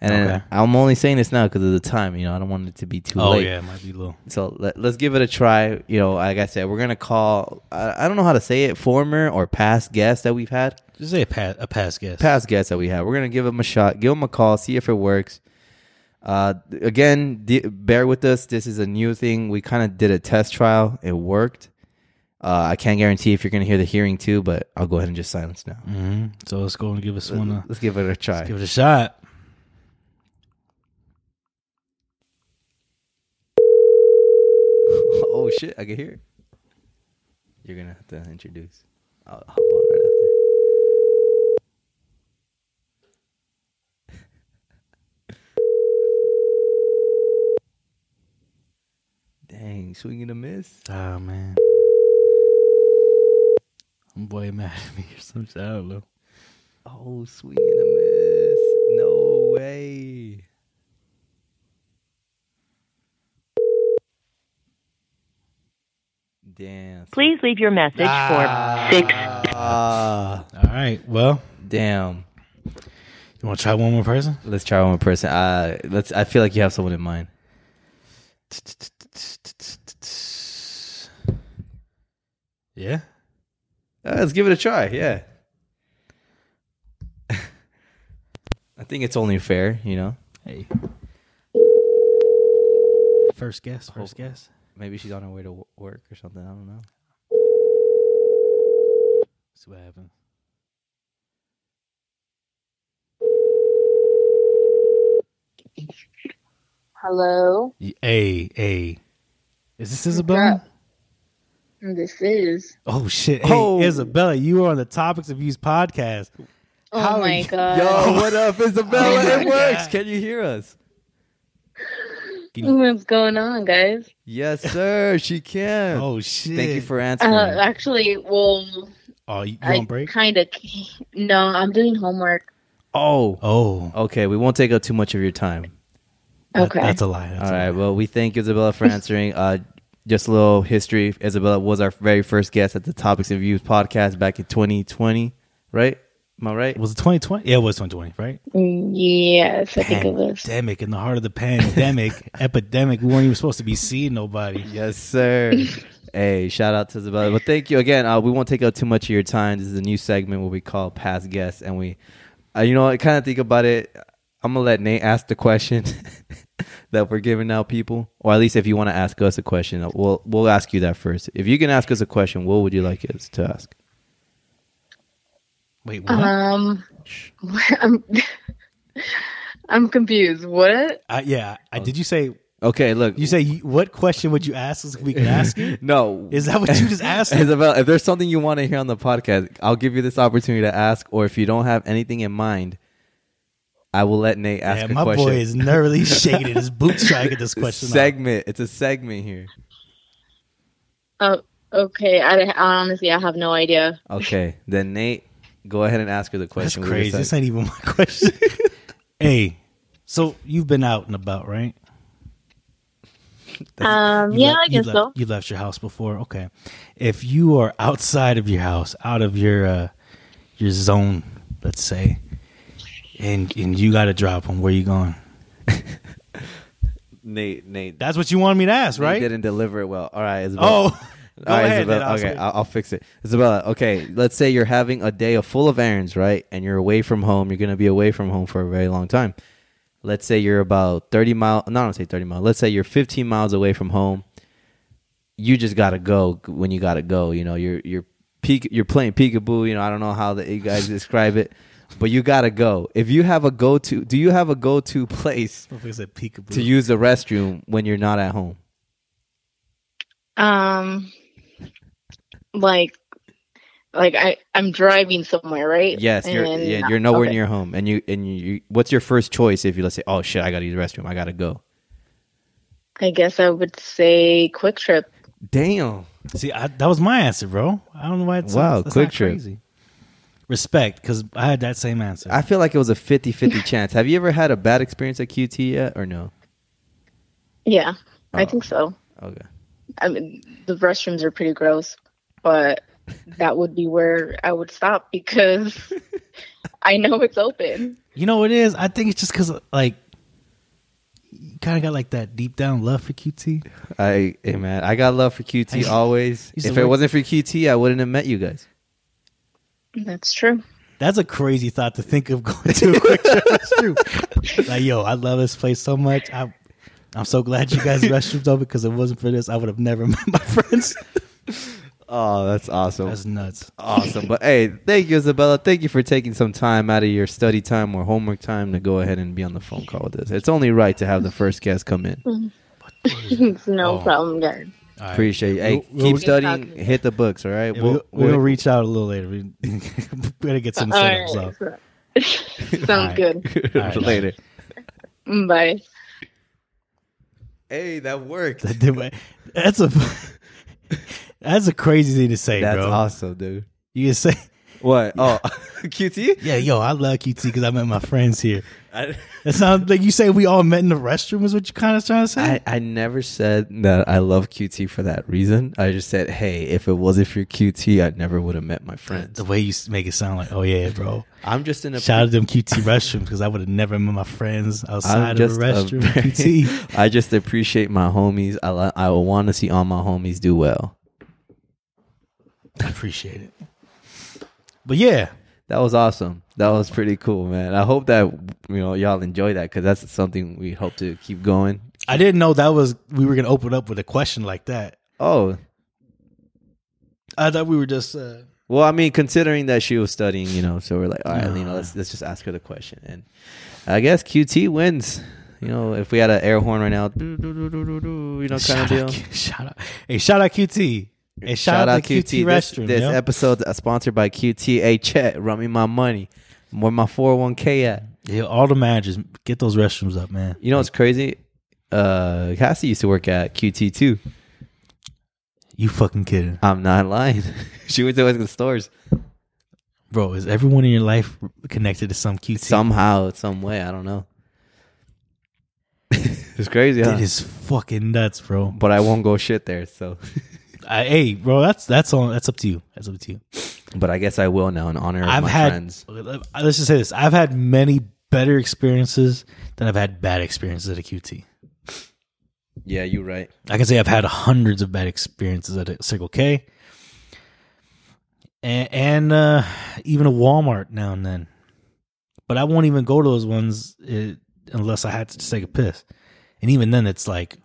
And
Okay.
I'm only saying this now because of the time. You know, I don't want it to be too
Oh
late.
yeah, it might be low.
So let, let's give it a try. You know, like I said, we're gonna call. I, I don't know how to say it. Former or past guests that we've had,
Just say a pass, a pass guess.
past guests that we had. We're gonna give them a shot. Give them a call. See if it works. Uh, again, d- bear with us. This is a new thing. We kind of did a test trial. It worked. Uh, I can't guarantee if you're gonna hear the hearing too, but I'll go ahead and just silence now.
hmm So let's go and give us one. Uh,
Let's give it a try.
give it a shot.
oh shit! I can hear it. You're gonna have to introduce. I'll hop on right after. Dang, swinging a miss.
Oh man. I'm boy mad at me or some shit. I don't know.
Oh, swinging a miss. No way. Damn.
Please leave your message for six
Ah,
All right. Well,
damn.
you want to try one more person?
Let's try one more person. Uh, let's. I feel like you have someone in mind.
Yeah.
Uh, let's give it a try. Yeah. I think it's only fair, you know.
Hey. First guess. First guess.
Maybe she's on her way to w- work or something. I don't know.
See what happens.
Hello,
Y- Hey, hey. Is this Isabella?
this is.
Oh shit! Hey,
Oh.
Isabella, you were on the Topics of Use podcast.
Oh
How are
my
you-
god!
what up, Isabella?
Oh my
it works.
God.
Can you hear us?
What's going on, guys?
Yes, sir. She can.
Oh shit!
Thank you for answering.
Uh, actually, well,
Oh, you, you
I
on break?
kind of. No, I'm doing homework.
oh,
Oh,
okay. We won't take up too much of your time.
that-
Okay.
that's a lie. That's
All
a
right.
lie.
Well, we thank Isabella for answering. Uh, just a little history. Isabella was our very first guest at the Topics of Youth podcast back in 2020, right? Am I right?
Was it 2020? Yeah, it was 2020, right?
Mm, Yes, I think it was.
Pandemic in the heart of the pandemic, epidemic. We weren't even supposed to be seeing nobody.
Yes, sir. hey, shout out to Isabella. But thank you again. Uh, we won't take up too much of your time. This is a new segment where we call past guests, and we, uh, you know, I kind of think about it. I'm gonna let Nate ask the question that we're giving out people, or at least if you want to ask us a question, uh, we'll we'll ask you that first. If you can ask us a question, what would you like us to ask?
Wait, what?
Um, I'm. I'm confused. What?
I, yeah, I, did you say
Okay, look,
you say you- what question would you ask us if we could ask you?
no.
Is that what you just asked? us?
Isabella, if there's something you want to hear on the podcast, I'll give you this opportunity to ask. Or if you don't have anything in mind, I will let Nate ask
Yeah,
a
my
question.
boy is nervously shaking in his boots trying to get this question. out.
segment. It's a segment here.
Oh, okay. I, I honestly, I have no idea.
Okay, then Nate, go ahead and ask her the
That's
question. We were
crazy.
just
This ain't even my question. hey, so you've been out and about, right?
Um,
You
yeah,
le-
I guess
you left,
so.
You left your house before. Okay. If you are outside of your house, out of your uh, your zone, let's say, and and you got to drop them, where you going?
Nate, Nate,
That's what you wanted me to ask,
Nate
right?
didn't deliver it well. All right, Isabella.
oh, go
All right,
ahead. then,
Isabella.
I'll
okay,
say-
I'll, I'll fix it. Isabella, okay, let's say you're having a day of full of errands, right? And you're away from home. You're going to be away from home for a very long time. let's say you're about 30 mile no, I don't say 30 mile. Let's say you're 15 miles away from home. You just got to go when you got to go, you know. You're you're peek you're playing peekaboo, you know. I don't know how the you guys describe it, but you got to go. If you have a go-to, do you have a go-to place
Hopefully it's a peekaboo.
to use the restroom when you're not at home?
Um, like, like I I'm driving somewhere, right?
Yes, you're
And-
yeah, you're nowhere
okay.
near home, and you and you, you. What's your first choice if you let's say, oh shit, I gotta use the restroom, I gotta go.
I guess I would say Quick Trip.
Damn,
See, I, that was my answer, bro. I don't know why it's
Wow,
that's
quick
not
trip.
Crazy. Respect, because I had that same answer.
I feel like it was a 50-50 chance. Have you ever had a bad experience at QT yet, or no?
Yeah, I
Oh.
think so.
Okay,
I mean, the restrooms are pretty gross, but that would be where I would stop because I know it's open.
you know what it is? I think it's just because like you kind of got like that deep down love for QT.
I hey man, I got love for QT always.
used to
If it
work-
wasn't for QT, I wouldn't have met you guys.
That's true.
That's a crazy thought to think of going to a quick trip restroom. Like, yo, I love this place so much. I, I'm so glad you guys restrooms open because if it wasn't for this, I would have never met my friends.
Oh, that's awesome.
That's nuts.
awesome. But hey, thank you, Isabella. Thank you for taking some time out of your study time or homework time to go ahead and be on the phone call with us. It's only right to have the first guest come in.
It's
Oh.
no problem, guys.
Appreciate you. Hey,
We'll-
keep
we'll-
studying.
Talking.
Hit the books. All right.
Yeah,
We'll-
we'll, we'll,
we'll-
reach out a little later. We better get some
All
setups
right.
up.
Sounds
All right.
good.
All right.
later.
Bye.
Hey, that worked.
That did my- that's a that's a crazy thing to say,
That's
bro.
awesome, dude.
You can say,
What? Oh, QT?
yeah, yo, I love QT because I met my friends here.
I,
It sounds like you say we all met in the restroom is what you kind of trying to say.
I, I never said that I love QT for that reason. I just said, hey, if it wasn't for QT, I never would have met my friends.
the way you s- make it sound like, oh yeah, bro.
I'm just in a.
Shout out to them QT restrooms because I would have never met my friends
I'm
outside of
just
the
a
restroom.
very-
QT.
I just appreciate my homies. I li- I want to see all my homies do well.
I appreciate it. But yeah,
That was awesome. That was pretty cool, man. I hope that you know y'all enjoy that because that's something we hope to keep going.
I didn't know that was we were gonna open up with a question like that.
Oh,
I thought we were just. Uh,
Well, I mean, considering that she was studying, you know, so we're like, all right,
Yeah.
you know, let's let's just ask her the question, and I guess QT wins. You know, if we had an air horn right now, doo, doo, doo, doo, doo, doo, you know, kind of
shout,
deal.
out, shout out, hey, shout out QT, hey, shout, out to
This,
QT, restroom.
this
yo.
episode is sponsored by QT. Hey, Chet, run me my money. Where my four hundred one k at?
Yeah, all the managers get those restrooms up, man.
You know what's crazy? Uh, Cassie used to work at QT too.
You fucking kidding,
I'm not lying. she went to one of the stores
bro? Is everyone in your life connected to some QT?
somehow, some way. I don't know. it's crazy. Huh?
That is fucking nuts, bro.
but I won't go shit there. So,
I, hey, bro, that's that's on. That's up to you. That's up to you.
but I guess I will now in honor of
I've
my
had.
friends.
Let's just say this. I've had many better experiences than I've had bad experiences at a QT.
Yeah, you're right.
I can say I've had hundreds of bad experiences at a Circle K, and, and uh, even a Walmart now and then. But I won't even go to those ones uh unless I had to just take a piss, and even then, it's like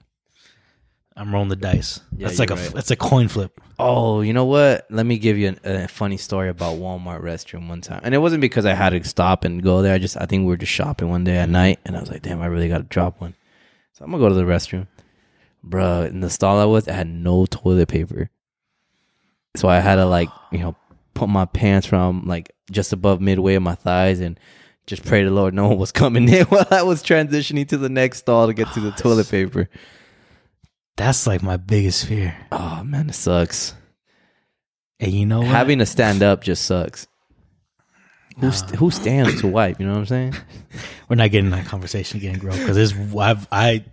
I'm rolling the dice.
Yeah,
that's like a
you're right.
that's a coin flip.
Oh, you know what? Let me give you an, a funny story about Walmart restroom one time, and it wasn't because I had to stop and go there. I just I think we were just shopping one day at night, and I was like, damn, I really got to drop one. So I'm gonna go to the restroom, Bruh, In the stall I was, I had no toilet paper, so I had to like you know put my pants from like just above midway of my thighs and. Just pray to the Lord no one was coming in while I was transitioning to the next stall to get to the toilet paper.
That's like my biggest fear.
Oh man, it sucks.
And you know what?
Having to stand up just sucks. Who st- who stands to wipe? You know what I'm saying?
we're not getting that conversation again, bro. Because I've I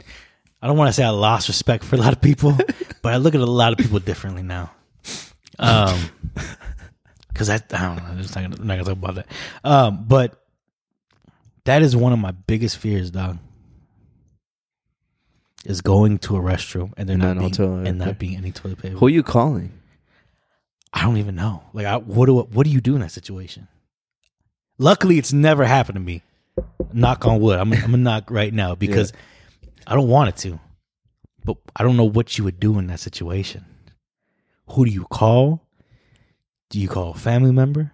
I don't want to say I lost respect for a lot of people, but I look at a lot of people differently now. Um, because I I don't know. I'm just not gonna, I'm not gonna talk about that. Um, but that is one of my biggest fears, dog. Is going to a restroom and there
And
not
not no
being,
toilet
and
paper.
not being any toilet paper.
Who you calling?
I don't even know. Like, I, what do what do you do in that situation? Luckily, it's never happened to me. knock on wood. I'm, I'm gonna knock right now because I don't want it to, but I don't know what you would do in that situation. Who do you call? Do you call a family member?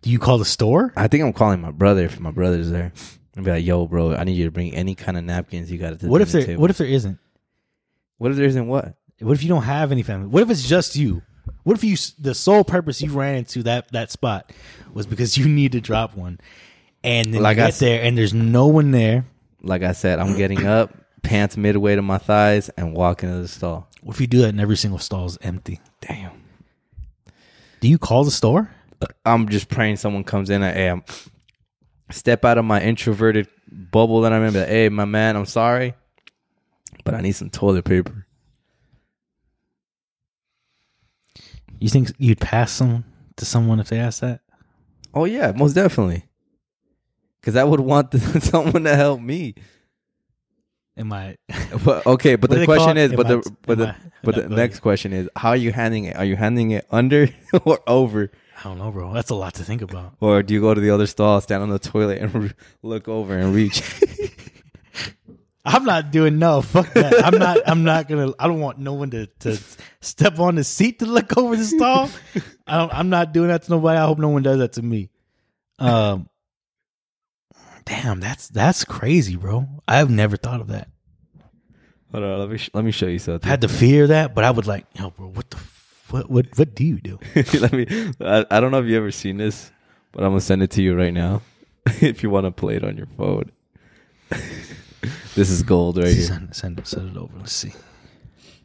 Do you call the store?
I think I'm calling my brother if my brother's there. I'd be like, "Yo, bro, I need you to bring any kind of napkins you got at the
What if
dinner
there?
table."
What if there isn't?
What if there isn't what?
What if you don't have any family? What if it's just you? What if you the sole purpose you ran into that that spot was because you need to drop one, and then
Like
you
I
get
s-
there and there's no one there.
Like I said, I'm getting up, pants midway to my thighs, and walking to the stall.
What if you do that and every single stall is empty?
Damn.
Do you call the store?
I'm just praying someone comes in. I am step out of my introverted bubble that I'm in. But, hey, my man, I'm sorry, but I need some toilet paper.
You think you'd pass some to someone if they asked that?
Oh yeah, most definitely. Because I would want someone to help me.
Am I?
But okay, but
What
the
do they
question
call
is,
it?
but
Am
the
I-
but
am
the
I-
but
no,
the
go
next
ahead.
question is, how are you handing it? Are you handing it under or over,
I don't know, bro. That's a lot to think about.
or do you go to the other stall, stand on the toilet, and re- look over and reach?
I'm not doing no. Fuck that. I'm not. I'm not gonna. I don't want no one to to step on the seat to look over the stall. I don't. I'm not doing that to nobody. I hope no one does that to me. Um. Damn, that's that's crazy, bro. I've never thought of that.
Hold on, let me sh- let me show you
I
something.
had to fear that, but I would like, yo, bro. What the f- what what what do you do?
Let me. I, I don't know if you ever seen this, but I'm gonna send it to you right now. if you want to play it on your phone, this is gold right here.
Send, send send it over. Let's see.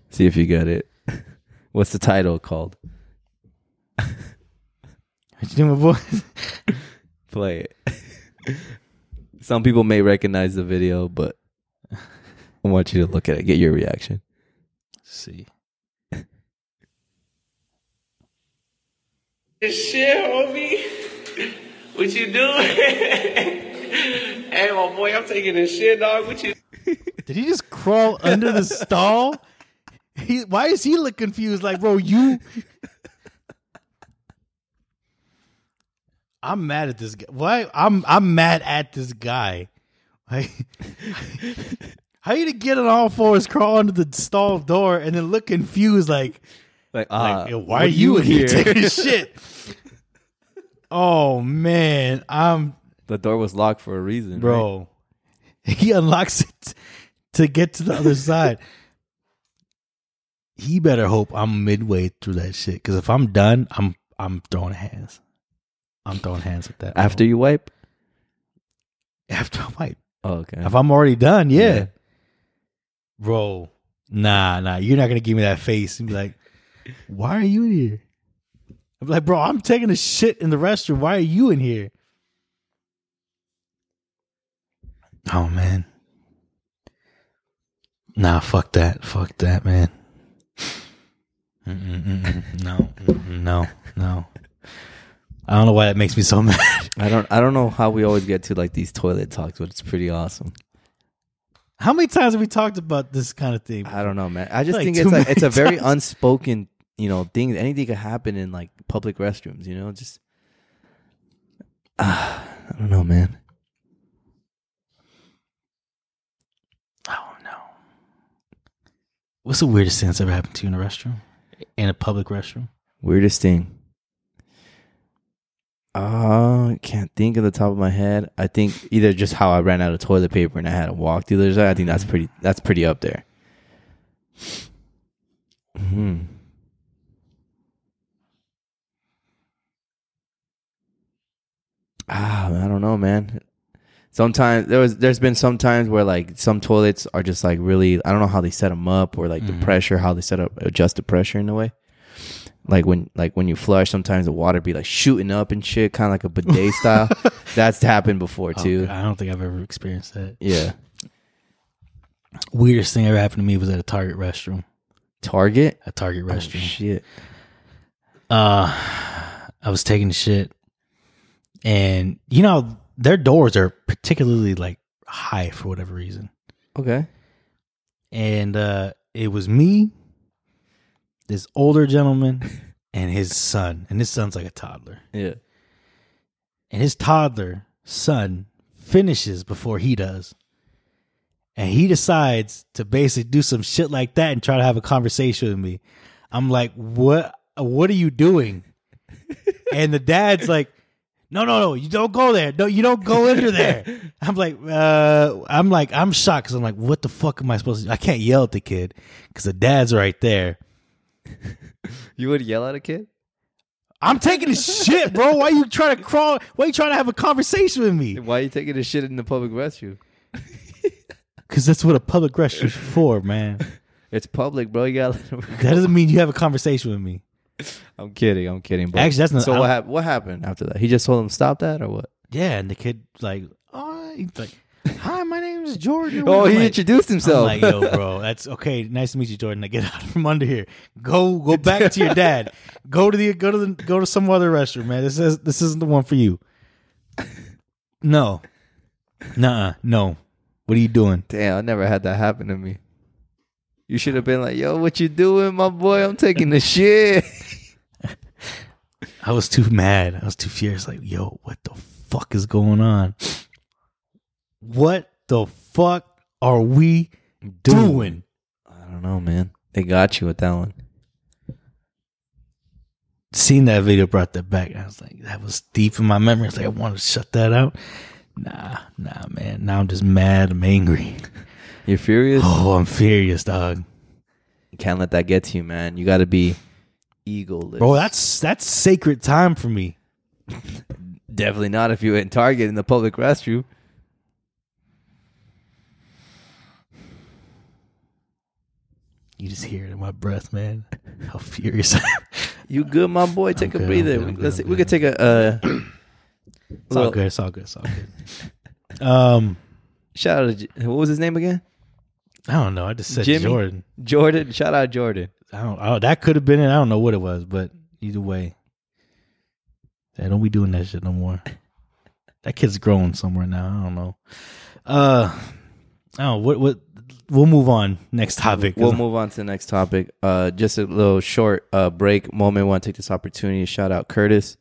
See if you get it. What's the title called?
What you doing, my boy?
Play it. Some people may recognize the video, but I want you to look at it. Get your reaction.
see.
Shit, homie. What you doing? hey, my boy, I'm taking this shit, dog. What you
Did he just crawl under the stall? He, why does he look confused? Like, bro, you. I'm mad at this guy. Why? I'm I'm mad at this guy. Like, how you to get on all fours, crawl under the stall door, and then look confused? Like,
Like,
like, yo, why are Uh, you, in here taking shit? Oh man, I'm
the door was locked for a reason, right?
bro. He unlocks it to get to the other side. He better hope I'm midway through that shit because if I'm done, I'm I'm throwing hands. I'm throwing hands with that.
After you wipe.
after I wipe,
Oh, okay.
if I'm already done, yeah.
Yeah.
bro. Nah, nah, you're not gonna give me that face and be like, "Why are you in here?" I'm like, bro, I'm taking a shit in the restroom. Why are you in here? Oh man. Nah, fuck that. Fuck that, man. Mm-mm, mm-mm. No, mm-mm, no, no. I don't know why that makes me so mad.
I don't. I don't know how we always get to like these toilet talks, but it's pretty awesome.
How many times have we talked about this kind of thing?
I don't know, man. I just
Like,
think
too
it's like
many
it's a very
times.
unspoken, you know, thing. Anything could happen in like public restrooms, you know. Just Ah, I don't know, man.
Oh no. What's the weirdest thing that's ever happened to you in a restroom? In a public restroom?
Weirdest thing. Uh, I can't think of the top of my head. I think either just how I ran out of toilet paper and I had to walk the other side. I think that's pretty. That's pretty up there. Hmm. Ah, I don't know, man. Sometimes there was, there's been some times where like some toilets are just like really. I don't know how they set them up or like
Mhm.
the pressure, how they set up, adjust the pressure in a way. Like when, like when you flush, sometimes the water be like shooting up and shit, kind of like a bidet style. That's happened before too.
Oh, I don't think I've ever experienced that.
yeah.
Weirdest thing ever happened to me was at a Target restroom.
Target.
A Target
Oh,
restroom.
shit.
uh I was taking a shit and you know their doors are particularly like high for whatever reason.
Okay.
And uh it was me, this older gentleman, and his son. And his son's like a toddler.
Yeah.
and his toddler son finishes before he does. And he decides to basically do some shit like that and try to have a conversation with me. I'm like, what what are you doing? and the dad's like, no, no, no, you don't go there. No, you don't go into there. I'm like, uh, I'm like, I'm shocked because I'm like, what the fuck am I supposed to do? I can't yell at the kid because the dad's right there.
You would yell at a kid?
I'm taking a shit, bro. Why you trying to crawl? Why you trying to have a conversation with me?
Why are you taking a shit in the public restroom?
Because that's what a public restroom's for, man.
It's public, bro. You got.
That doesn't mean you have a conversation with me.
I'm kidding. I'm kidding. But
Actually, that's not-
So
I-
what, hap- what happened after that? He just told him stop that or what?
Yeah, and the kid like, oh, he's like, hi, my name is Jordan.
Oh,
I'm
he
like-
introduced
I'm
himself.
like, yo, bro, that's okay. Nice to meet you, Jordan. Now get out from under here. Go, go back to your dad. Go to the go to the go to some other restroom, man. This is this isn't the one for you. No, nah, no. What are you doing?
Damn, I never had that happen to me. You should have been like, yo, what you doing, my boy? I'm taking the shit.
I was too mad. I was too furious. Like, yo, what the fuck is going on? What the fuck are we doing?
I don't know, man. They got you with that one.
Seeing that video brought that back. I was like, that was deep in my memory. I was like, I want to shut that out. Nah, nah, man. Now I'm just mad. I'm angry.
You're furious.
Oh, I'm furious, dog.
You can't let that get to you, man. You got to be egoless.
Bro, that's that's sacred time for me.
definitely not if you're in Target in the public restroom.
You just hear it in my breath, man. How furious I am.
You good, my boy? Take
good,
a
I'm
breather.
good, I'm
We-
good,
Let's,
I'm
we could
good.
take a uh,
It's all
little-
good. It's all good. It's all good. Um,
shout out. To, J- what was his name again?
I don't know. I just said
Jimmy?
Jordan.
Jordan. Shout out Jordan.
I don't, I don't- that could have been it. I don't know what it was, but either way, I don't be doing that shit no more. That kid's growing somewhere now. I don't know. Uh, oh, what what? We'll move on next topic.
We'll move on to the next topic. Uh, just a little short uh, break moment. Want to take this opportunity to shout out Curtis.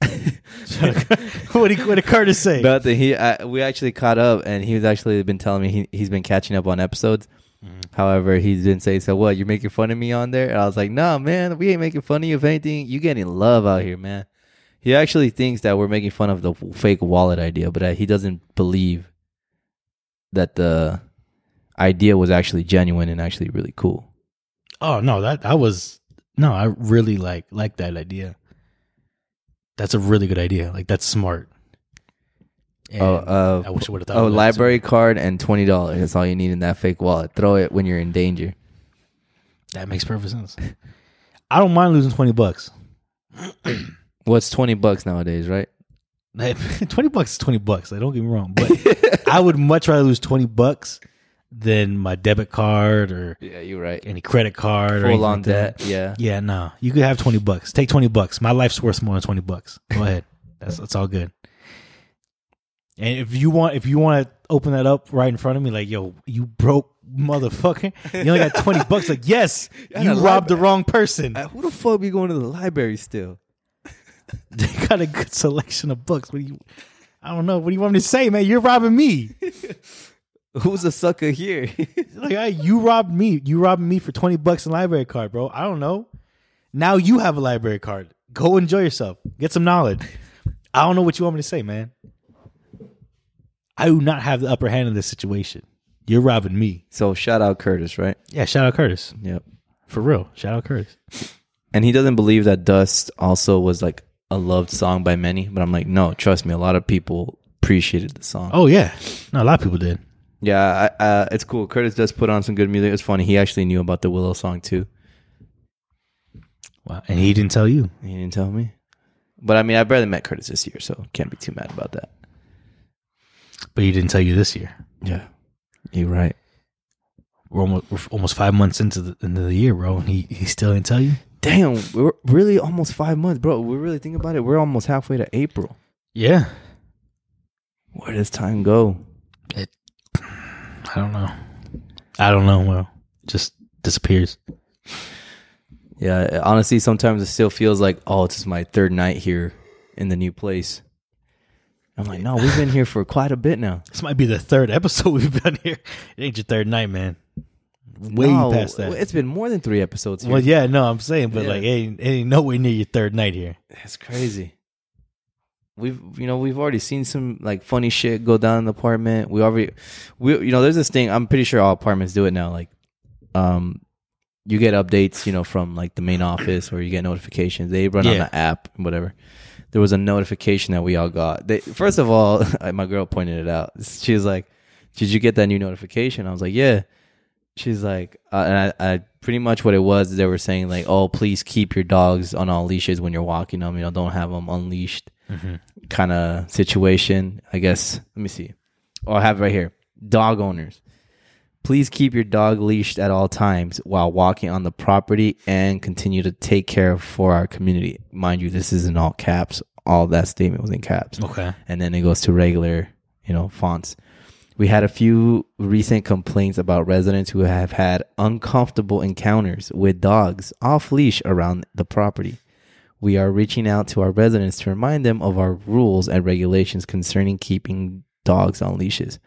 what did what did Curtis say?
Nothing. He I, we actually caught up, and he's actually been telling me he he's been catching up on episodes.
Mm-hmm.
However, he's been saying, "So what? You're making fun of me on there?" And I was like, "Nah, man, we ain't making fun of you. If anything, you getting love out here, man." He actually thinks that we're making fun of the fake wallet idea, but uh, he doesn't believe that the idea was actually genuine and actually really cool.
oh no, that I was no, I really like like that idea. That's a really good idea. Like that's smart. And
Oh, uh,
I wish I would have thought.
Oh,
of that, too.
library card and twenty dollars. That's all you need in that fake wallet. Throw it when you're in danger.
That makes perfect sense. I don't mind losing twenty bucks.
What's twenty bucks nowadays, right?
Like, 20 bucks is 20 bucks. Like, don't get me wrong, but I would much rather lose 20 bucks than my debit card or
Yeah, you're right.
any credit card or
Full on
anything like
debt. Yeah.
that. Yeah, no. You could have 20 bucks. Take 20 bucks. My life's worth more than 20 bucks. Go ahead. That's that's all good. And if you want if you want to open that up right in front of me like, "Yo, you broke motherfucker. You only got 20 bucks." Like, "Yes,
Yeah,
you
the
robbed the
library-
wrong person."
Uh, Who the fuck be going to the library still?
they got a good selection of books. What do you I don't know. What do you want me to say, man? You're robbing me.
Who's a sucker here?
Like, hey, you robbed me. You robbed me for 20 bucks in library card, bro. I don't know. Now you have a library card. Go enjoy yourself. Get some knowledge. I don't know what you want me to say, man. I do not have the upper hand in this situation. You're robbing me.
so shout out Curtis, right?
Yeah, shout out Curtis.
Yep.
For real. Shout out Curtis.
And he doesn't believe that Dust also was like a loved song by many, but I'm like, no, trust me, a lot of people appreciated the song.
Oh, yeah. No, a lot of people did.
Yeah, I, uh, it's cool. Curtis does put on some good music. It's funny. He actually knew about the Willow song too.
Wow. And he didn't tell you.
He didn't tell me. But I mean, I barely met Curtis this year, so can't be too mad about that.
But he didn't tell you this year.
Yeah. You're right.
We're almost, we're almost five months into the into the year, bro, and he, he still didn't tell you.
Damn, we're really almost five months, bro. We really think about it. We're almost halfway to April.
Yeah,
Where does time go?
I don't know. I don't know. Well, just disappears.
Yeah, it- honestly, sometimes it still feels like, oh, this is my third night here in the new place. I'm like, no, we've been here for quite a bit now.
This might be the third episode we've done here. It ain't your third night, man. Way
No,
past that.
It's been more than three episodes. Here.
well, yeah, no, I'm saying, but
Yeah.
like, it ain't, it ain't nowhere near your third night here.
That's crazy. We've you know we've already seen some like funny shit go down in the apartment. We already we you know there's this thing I'm pretty sure all apartments do it now. Like, um, you get updates you know from like the main office or you get notifications. They run on
Yeah.
the app and whatever. There was a notification that we all got. They, first of all, my girl pointed it out. She was like, "Did you get that new notification?" I was like, "Yeah." she's like, uh, and I, I pretty much what it was, they were saying like, oh, please keep your dogs on all leashes when you're walking them. You know, don't have them unleashed, kind of situation. I guess. Let me see. Oh, I have it right here. Dog owners, please keep your dog leashed at all times while walking on the property, and continue to take care of for our community. Mind you, this is in all caps. All that statement was in caps
Okay.
and then it goes to regular, you know, fonts. We had a few recent complaints about residents who have had uncomfortable encounters with dogs off leash around the property. We are reaching out to our residents to remind them of our rules and regulations concerning keeping dogs on leashes.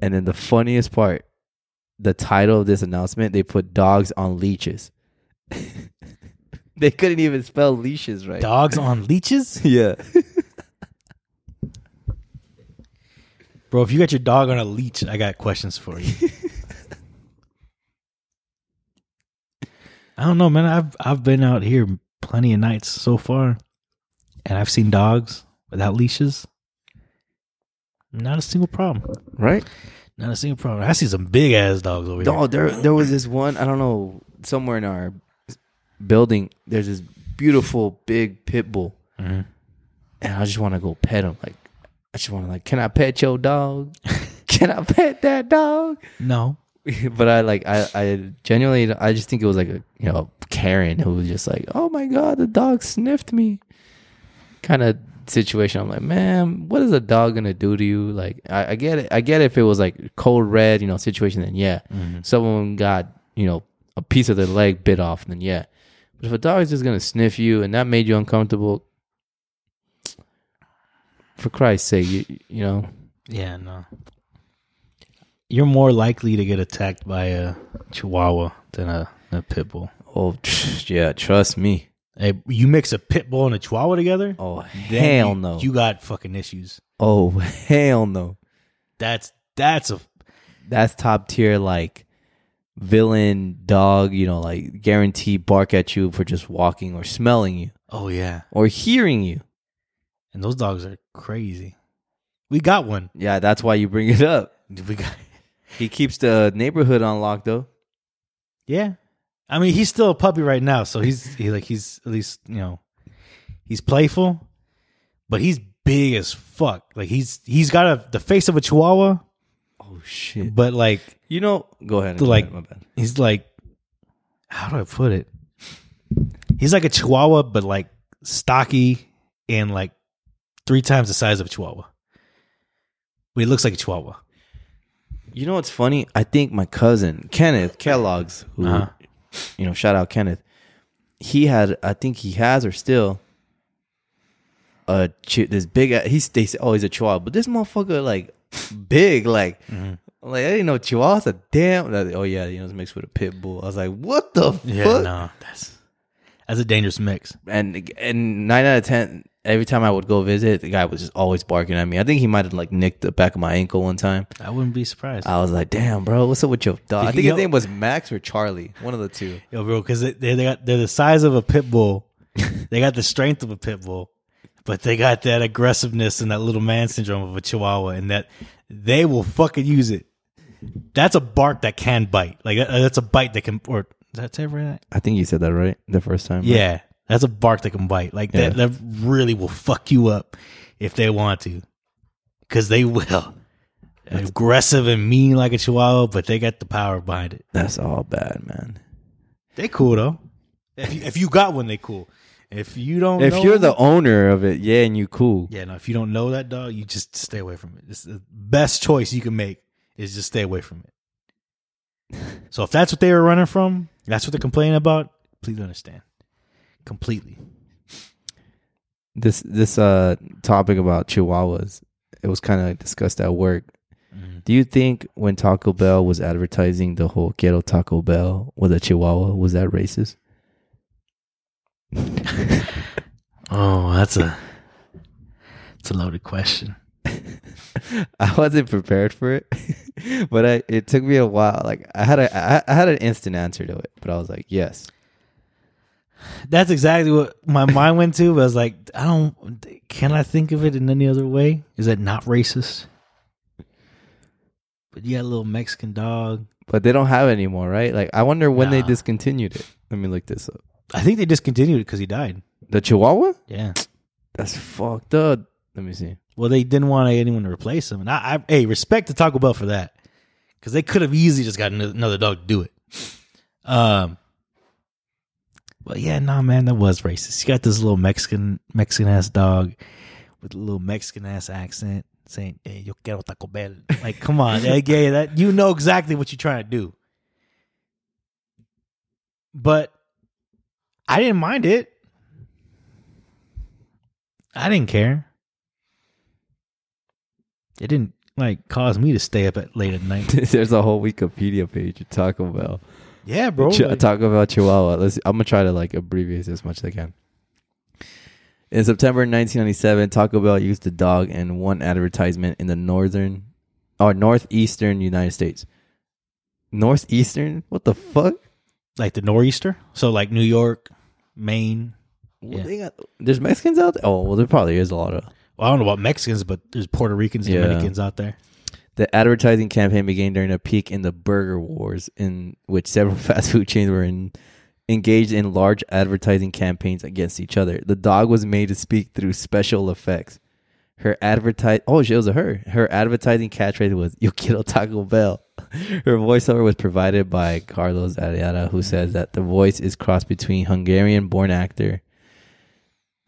And then the funniest part, the title of this announcement, they put dogs on leashes. they couldn't even spell leashes right.
Dogs on leeches?
Yeah.
Bro, if you got your dog on a leech, I got questions for you. I don't know, man. I've I've been out here plenty of nights so far, and I've seen dogs without leashes. Not a single problem.
right?
Not a single problem. I see some big ass dogs over here.
Oh, there there was this one, I don't know, somewhere in our building, there's this beautiful big pit bull.
Mhm.
And I just want to go pet him. Like I just want to like, can I pet your dog? can I pet that dog?
No,
but I like I I genuinely I just think it was like a you know Karen who was just like oh my god the dog sniffed me kind of situation I'm like man what is a dog gonna do to you like I, I get it I get it if it was like cold red you know situation then yeah someone got you know a piece of their leg bit off then yeah but if a dog is just gonna sniff you and that made you uncomfortable for Christ's sake you you know
yeah, no. You're more likely to get attacked by a chihuahua than a, a pit bull.
oh yeah trust me
Hey, you mix a pit bull and a chihuahua together?
oh
then
hell
you-
no
You got fucking issues.
Oh hell no!
That's that's a
That's top tier like villain dog. You know, like guarantee bark at you for just walking or smelling you
oh yeah.
or hearing you.
And those dogs are crazy. We got one.
Yeah, that's why you bring it up.
We got
He keeps the neighborhood on lock though.
yeah. I mean, he's still a puppy right now, so he's he like he's at least you know he's playful, but he's big as fuck. Like he's he's got a the face of a chihuahua,
Oh shit!
but like
You know, go ahead. and
Like-
go ahead, my bad.
he's like how do I put it? He's like a chihuahua, but like stocky and like three times the size of a chihuahua. But he looks like a chihuahua.
You know what's funny? I think my cousin Kenneth Kellogg's, who
Uh-huh.
you know, shout out Kenneth. He had, I think he has or still, a chi- this big. a- He's they say, oh, he's a chihuahua, but this motherfucker like big, like like I didn't know chihuahua's a damn. like, oh yeah, you know, it's mixed with a pit bull. I was like, what the fuck?
no, that's that's a dangerous mix.
And and nine out of ten, every time I would go visit, the guy was just always barking at me. I think he might have like nicked the back of my ankle one time.
I wouldn't be surprised.
I was like, damn, bro, what's up with your dog? I
Did
think
he
his
go-
name was Max or Charlie, one of the two.
Yo, bro, because they they got they're the size of a pit bull. they got the strength of a pit bull, but they got that aggressiveness and that little man syndrome of a chihuahua, and that they will fucking use it. That's a bark that can bite. Like that, that's a bite that can. Or did I say it right?
I think you said that right the first time. right?
Yeah, that's a bark that can bite. Like that, that really will fuck you up if they want to, because they will. Aggressive and mean like a chihuahua, but they got the power behind it.
That's all bad, man.
They cool though. If you, if you got one, they cool. If you don't,
If
know
you're the
them-
owner of it, yeah, and you cool.
yeah, no. If you don't know that dog, you just stay away from it. It's the best choice you can make is just stay away from it. so if that's what they were running from, that's what they're complaining about. Please understand completely.
this this uh topic about chihuahuas it was kind of discussed at work do you think when taco bell was advertising the whole ghetto taco bell with a chihuahua was that racist
Oh, that's a it's a loaded question.
i wasn't prepared for it but I, it took me a while like i had a I, I had an instant answer to it but i was like yes
That's exactly what my mind went to. But I was like, I don't. Can I think of it in any other way? Is that not racist? But you got a little Mexican dog.
but they don't have it anymore right like i wonder when they
Nah.
discontinued it let me look this up
I think they discontinued it because he died.
the chihuahua
Yeah.
that's fucked up let me see
Well, they didn't want anyone to replace him, and I, I hey respect to Taco Bell for that because they could have easily just got ano- another dog to do it. Um, but yeah, nah, man, that was racist. You got this little Mexican Mexican ass dog with a little Mexican ass accent saying "Hey, yo quiero Taco Bell." Like, come on, like, yeah, that you know exactly what you're trying to do. But I didn't mind it. I didn't care it didn't like cause me to stay up at late at night.
There's a whole Wikipedia page of Taco Bell.
yeah, bro.
Ch- Taco Bell Chihuahua. Let's, I'm gonna try to like abbreviate as much as I can. In September 1997, Taco Bell used the dog in one advertisement in the northern or northeastern United States. Northeastern? What the fuck?
like the nor'easter. So like New York, Maine.
Well,
Yeah.
they got- there's Mexicans out there. Oh well, there probably is a lot of.
Well, I don't know about Mexicans, but there's Puerto Ricans, and
Yeah.
Dominicans out there.
The advertising campaign began during a peak in the burger wars, in which several fast food chains were in, engaged in large advertising campaigns against each other. The dog was made to speak through special effects. Her advertise oh, she was a her. Her advertising catchphrase was "Yo quiero Taco Bell." Her voiceover was provided by Carlos Ariada, who says that the voice is crossed between Hungarian-born actor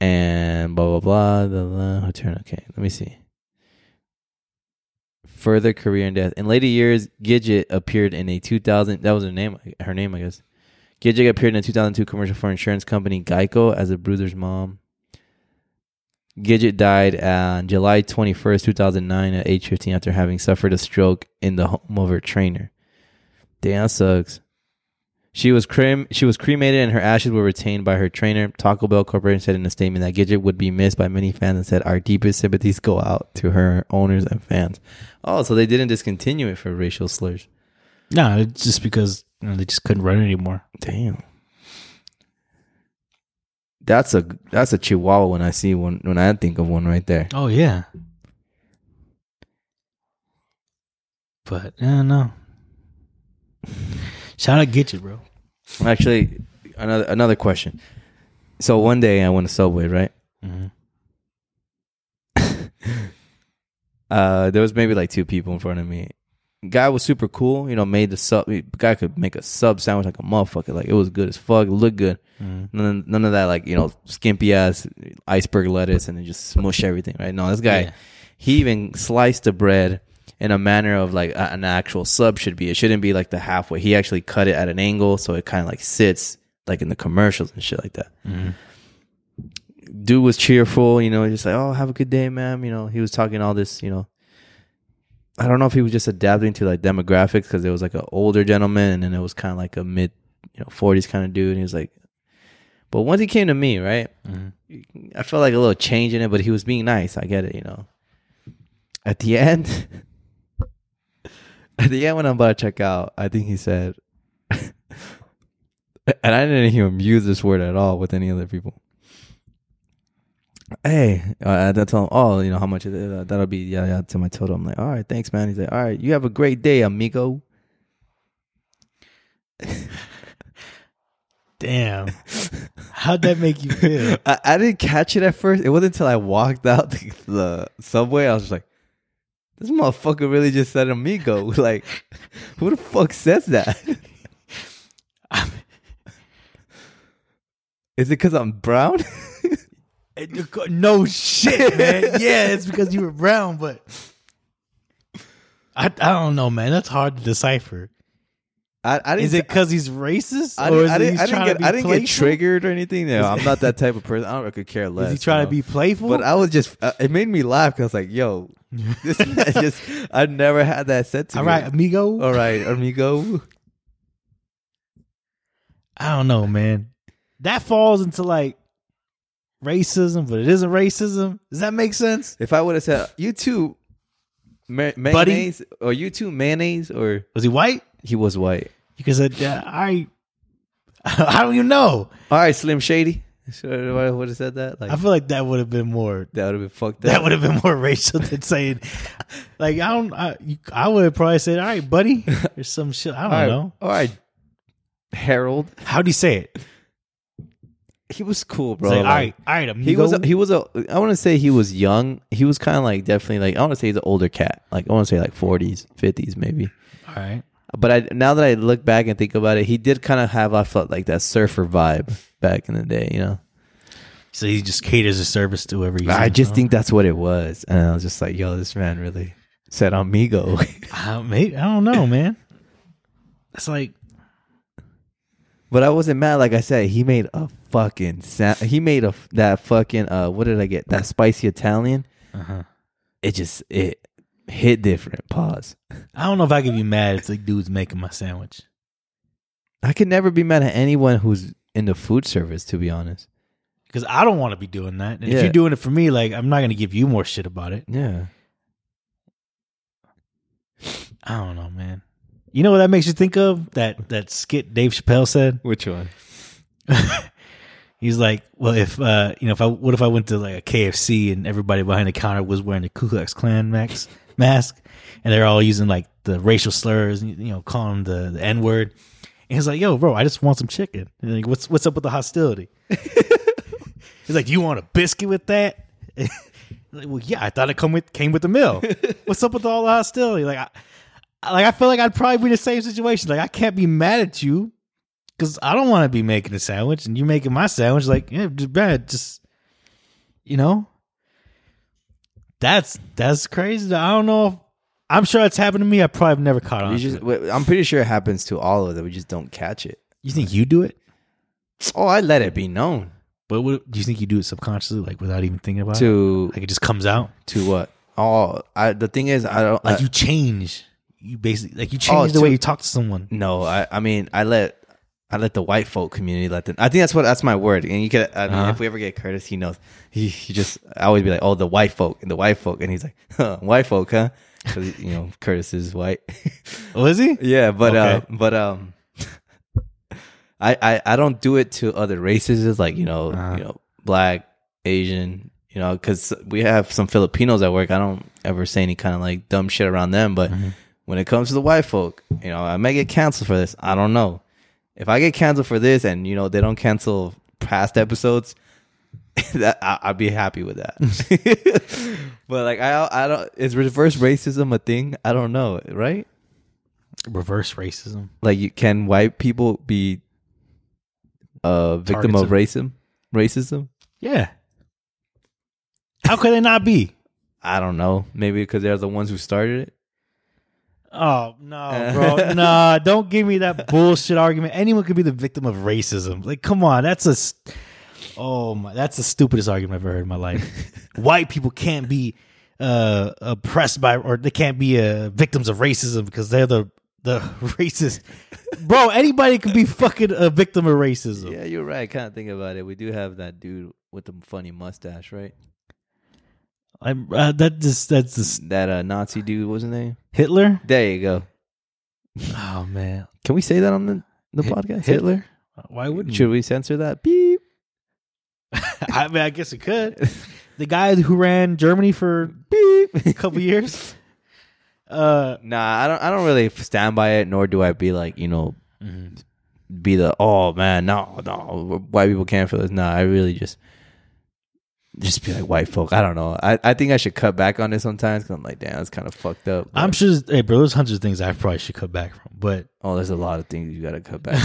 and blah blah blah. blah, blah. Her turn. Okay, let me see further career in death. In later years, Gidget appeared in a 2000. That was her name. Her name, I guess. Gidget appeared in a 2002 commercial for insurance company Geico as a bruiser's mom. Gidget died on July 21st, 2009, at age 15 after having suffered a stroke in the home of her trainer. Damn, that sucks. She was crem- she was cremated and her ashes were retained by her trainer. Taco Bell Corporation said in a statement that Gidget would be missed by many fans and said our deepest sympathies go out to her owners and fans. Oh, so they didn't discontinue it for racial slurs.
No, it's just because you know, they just couldn't run it anymore.
Damn. That's a that's a chihuahua when I see one when I think of one right there.
Oh yeah. But I don't know. Shout out Get You, bro.
Actually, another another question. So one day I went to Subway, right?
Mhm.
uh, there was maybe like two people in front of me. Guy was super cool, you know. Made the sub. Guy could make a sub sandwich like a motherfucker. Like it was good as fuck. Looked good. None, none of that like you know skimpy ass iceberg lettuce and then just smush everything. Right? No, this guy,
Yeah.
he even sliced the bread in a manner of like a- an actual sub should be. It shouldn't be like the halfway. He actually cut it at an angle so it kind of like sits like in the commercials and shit like that dude was cheerful, you know, just like, oh, have a good day, ma'am. You know, he was talking all this, you know. I don't know if he was just adapting to like demographics because there was like an older gentleman and then it was kind of like a mid, you know, 40s kind of dude. And he was like, but once he came to me, right, I felt like a little change in it, but he was being nice. I get it, you know. At the end, at the end when I'm about to check out, I think he said, and I didn't even use this word at all with any other people hey, uh, I I tell him, oh, you know how much it is. Uh, that'll be yeah, yeah. To my total, I'm like, all right, thanks, man. He's like, all right, you have a great day, amigo.
Damn. How'd that make you feel?
I, I didn't catch it at first. It wasn't until I walked out the, the subway I was just like, this motherfucker really just said amigo. like, who the fuck says that? is it because I'm brown?
No shit, man. yeah, it's because you were brown, but I I don't know, man. That's hard to decipher.
I, I didn't.
Is it because he's racist,
I
or
didn't,
is
I
he
didn't, I
he's
didn't
trying to
get.
be
I didn't get
playful?
triggered or anything. No,
Is-
I'm not that type of person. I don't I could care less.
Is he trying
you
to
know?
be playful?
But I was just. Uh, it made me laugh because I was like, "Yo, this man just. I never had that said to
All
me.
right, amigo.
all right, amigo.
I don't know, man. That falls into like racism, but it isn't racism. Does that make sense?
If I would have said you too, ma- mayonnaise or you too mayonnaise or
Was he white?
he was white.
You could said, uh, I, I don't even know.
All right, Slim Shady. Should I would have said that? Like
I feel like that would have been more.
that would have been fucked
That
up.
would have been more racial than saying, like I don't. I, you, I would have probably said, "All right, buddy," or some shit. I don't
all right,
know.
all right, Harold.
How do you say it? It's
He was cool, bro.
like, all
Like,
right, all right, amigo.
He was a, he was a I want to say he was young. He was kind of like definitely like I want to say he's an older cat. Like I want to say like 40s, 50s maybe.
all right.
But I now that I look back and think about it, he did kind of have I felt like that surfer vibe back in the day, you know.
So he just caters a service to whoever. He's
I
in,
just
huh?
think that's what it was. And I was just like, yo, this man really said amigo.
I, maybe, I don't know, man. It's like
but I wasn't mad. Like I said, he made a fucking sound. He made a that fucking uh what did I get? That spicy Italian. Uh-huh. It just it hit different. Pause.
I don't know if I could be mad if the dude's making my sandwich.
I could never be mad at anyone who's in the food service, to be honest.
Because I don't want to be doing that. And if
Yeah.
you're doing it for me, like I'm not gonna give you more shit about it.
Yeah.
I don't know, man. You know what that makes you think of? That that skit Dave Chappelle said.
Which one?
He's like, well, if uh, you know, if I what if I went to like a KFC and everybody behind the counter was wearing a Ku Klux Klan max, mask, and they're all using like the racial slurs, and, you know, calling them the, the N word. And he's like, yo, bro, I just want some chicken. And like, what's what's up with the hostility? he's like, you want a biscuit with that? like, well, yeah, I thought it come with came with the meal. what's up with all the hostility? Like, I, I- like I feel like I'd probably be in the same situation. Like, I can't be mad at you because I don't want to be making a sandwich and you making my sandwich. Like, yeah, just bad. Just, you know, that's that's crazy. I don't know. If, I'm sure it's happened to me. I probably have never caught on.
You
to
just,
it.
wait, I'm pretty sure it happens to all of them. We just don't catch it.
you think you do it,
Oh, I let it be known
but what, do you think you do it subconsciously, like without even thinking about it?
to
Like it just comes out.
to what? Oh, I, the thing is, I don't.
Like
I-
you change. You basically like you change the way
to-
you talk to someone.
no, I, I mean, I let I let the white folk community let them. I think that's what that's my word. And you could, I mean,
Uh-huh.
if we ever get Curtis, he knows. He, he just I always be like, oh, the white folk, the white folk, and he's like, huh, white folk, huh? 'Cause, you know, Curtis is white.
Oh, is he?
Yeah, but
Okay.
uh, but um, I, I I don't do it to other races. It's like you know
Uh-huh.
you know black, Asian, you know, because we have some Filipinos at work. I don't ever say any kind of like dumb shit around them. But
Mm-hmm.
when it comes to the white folk, you know, I may get canceled for this. I don't know if I get canceled for this, and you know they don't cancel past episodes. that I, I'd be happy with that. but like I I don't is reverse racism a thing? I don't know, right?
Reverse racism.
like you, can white people be a victim of racism racism
Yeah. How could they not be?
i don't know maybe because they're the ones who started it
Oh no, bro! nah, don't give me that bullshit argument. Anyone could be the victim of racism. Like, come on, that's a s- oh my, that's the stupidest argument I've ever heard in my life. White people can't be uh, oppressed by, or they can't be uh, victims of racism because they're the the racist. Bro, anybody can be fucking a victim of racism.
yeah you're right kind of think about it we do have that dude with the funny mustache right
I'm, uh, that just that's just
that uh, nazi dude wasn't there
Hitler.
there you go
Oh man,
can we say that on the, the
Hit-
podcast
Hitler? why wouldn't
should we censor that beep
I mean, I guess it could. The guy who ran Germany for a
beep
couple years. Uh,
nah i don't i don't really stand by it nor do i be like you know Mm-hmm. be the oh man no no white people can't feel this nah i really just just be like white folk. I don't know. I, I think I should cut back on it sometimes because I'm like, damn, it's kind of fucked up.
I'm sure, there's- hey, bro, there's hundreds of things I probably should cut back from. But
oh, there's a lot of things you got to cut back.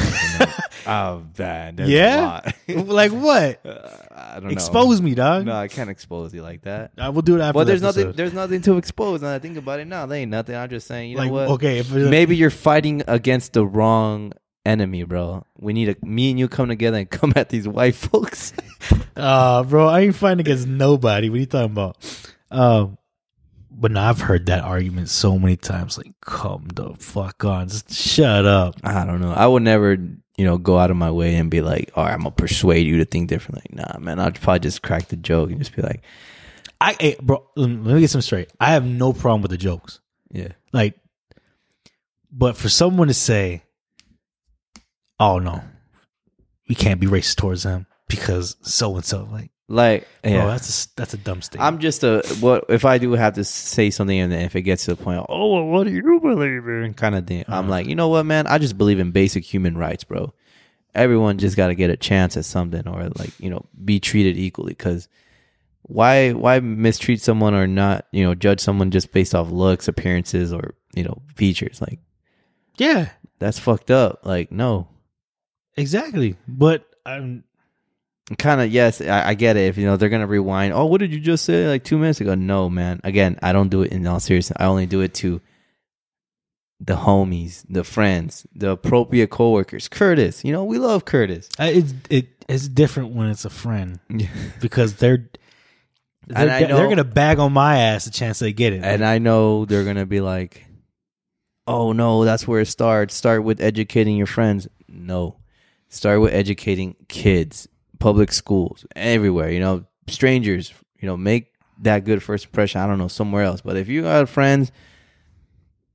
on. oh, man, there's a
yeah,
lot.
like what?
Uh, I don't
Expose me,
know.
dog.
No, I can't expose you like that.
I will do it after.
Well,
the
there's nothing.
episode.
There's nothing to expose. Now that I think about it, now there ain't nothing. I'm just saying, you know
like
what?
okay, if it-
Maybe you're fighting against the wrong enemy, bro. We need a me and you come together and come at these white folks.
Uh, bro, I ain't fighting against nobody. What are you talking about? Um, but no, I've heard that argument so many times. Like, come the fuck on, just shut up.
I don't know. I would never, you know, go out of my way and be like, "All right, I'm gonna persuade you to think differently." Nah, man. I'd probably just crack the joke and just be like,
I, hey, bro, let me let me get some straight. I have no problem with the jokes,
"Yeah,
like, but for someone to say, "Oh no, we can't be racist towards them because so and so," like,
like,
bro,
yeah."
that's a, that's a dumb statement.
I'm just a what if I do have to say something and then if it gets to the point, oh, well, what do you believe in? Kind of thing. I'm like, you know what, man? I just believe in basic human rights, bro. Everyone just got to get a chance at something, or like you know, be treated equally. Because why why mistreat someone or not you know judge someone just based off looks, appearances, or you know features? Like
yeah,
that's fucked up. Like no,
exactly. But um, I'm
kind of yes I, I get it if you know they're gonna rewind oh what did you just say like two minutes ago no man again i don't do it in all seriousness i only do it to the homies the friends the appropriate coworkers curtis you know we love curtis
I- it's it it's different when it's a friend.
Yeah.
because they're they're,
And I know-
they're gonna bag on my ass the chance they get it.
and i know they're gonna be like oh no that's where it starts start with educating your friends no start with educating kids public schools everywhere you know strangers you know make that good first impression i don't know somewhere else but if you got friends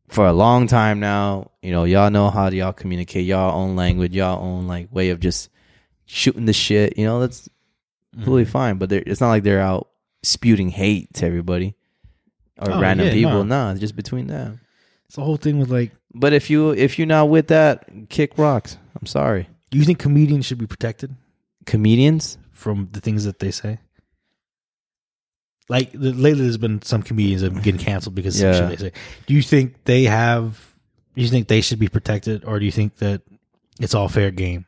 for a long time now you know y'all know how to y'all communicate y'all own language y'all own like way of just shooting the shit you know that's
Mm-hmm.
totally fine but they're- it's not like they're out spewing hate to everybody or
Oh,
random
yeah,
people
no.
nah it's just between them
it's the whole thing with like,
but if you if you're not with that, kick rocks. I'm sorry,
do you think comedians should be protected
comedians.
from the things that they say? Like the, lately, there's been some comedians that have been getting canceled because of some
Yeah.
shit they say. Do you think they have? Do you think they should be protected, or do you think that it's all fair game?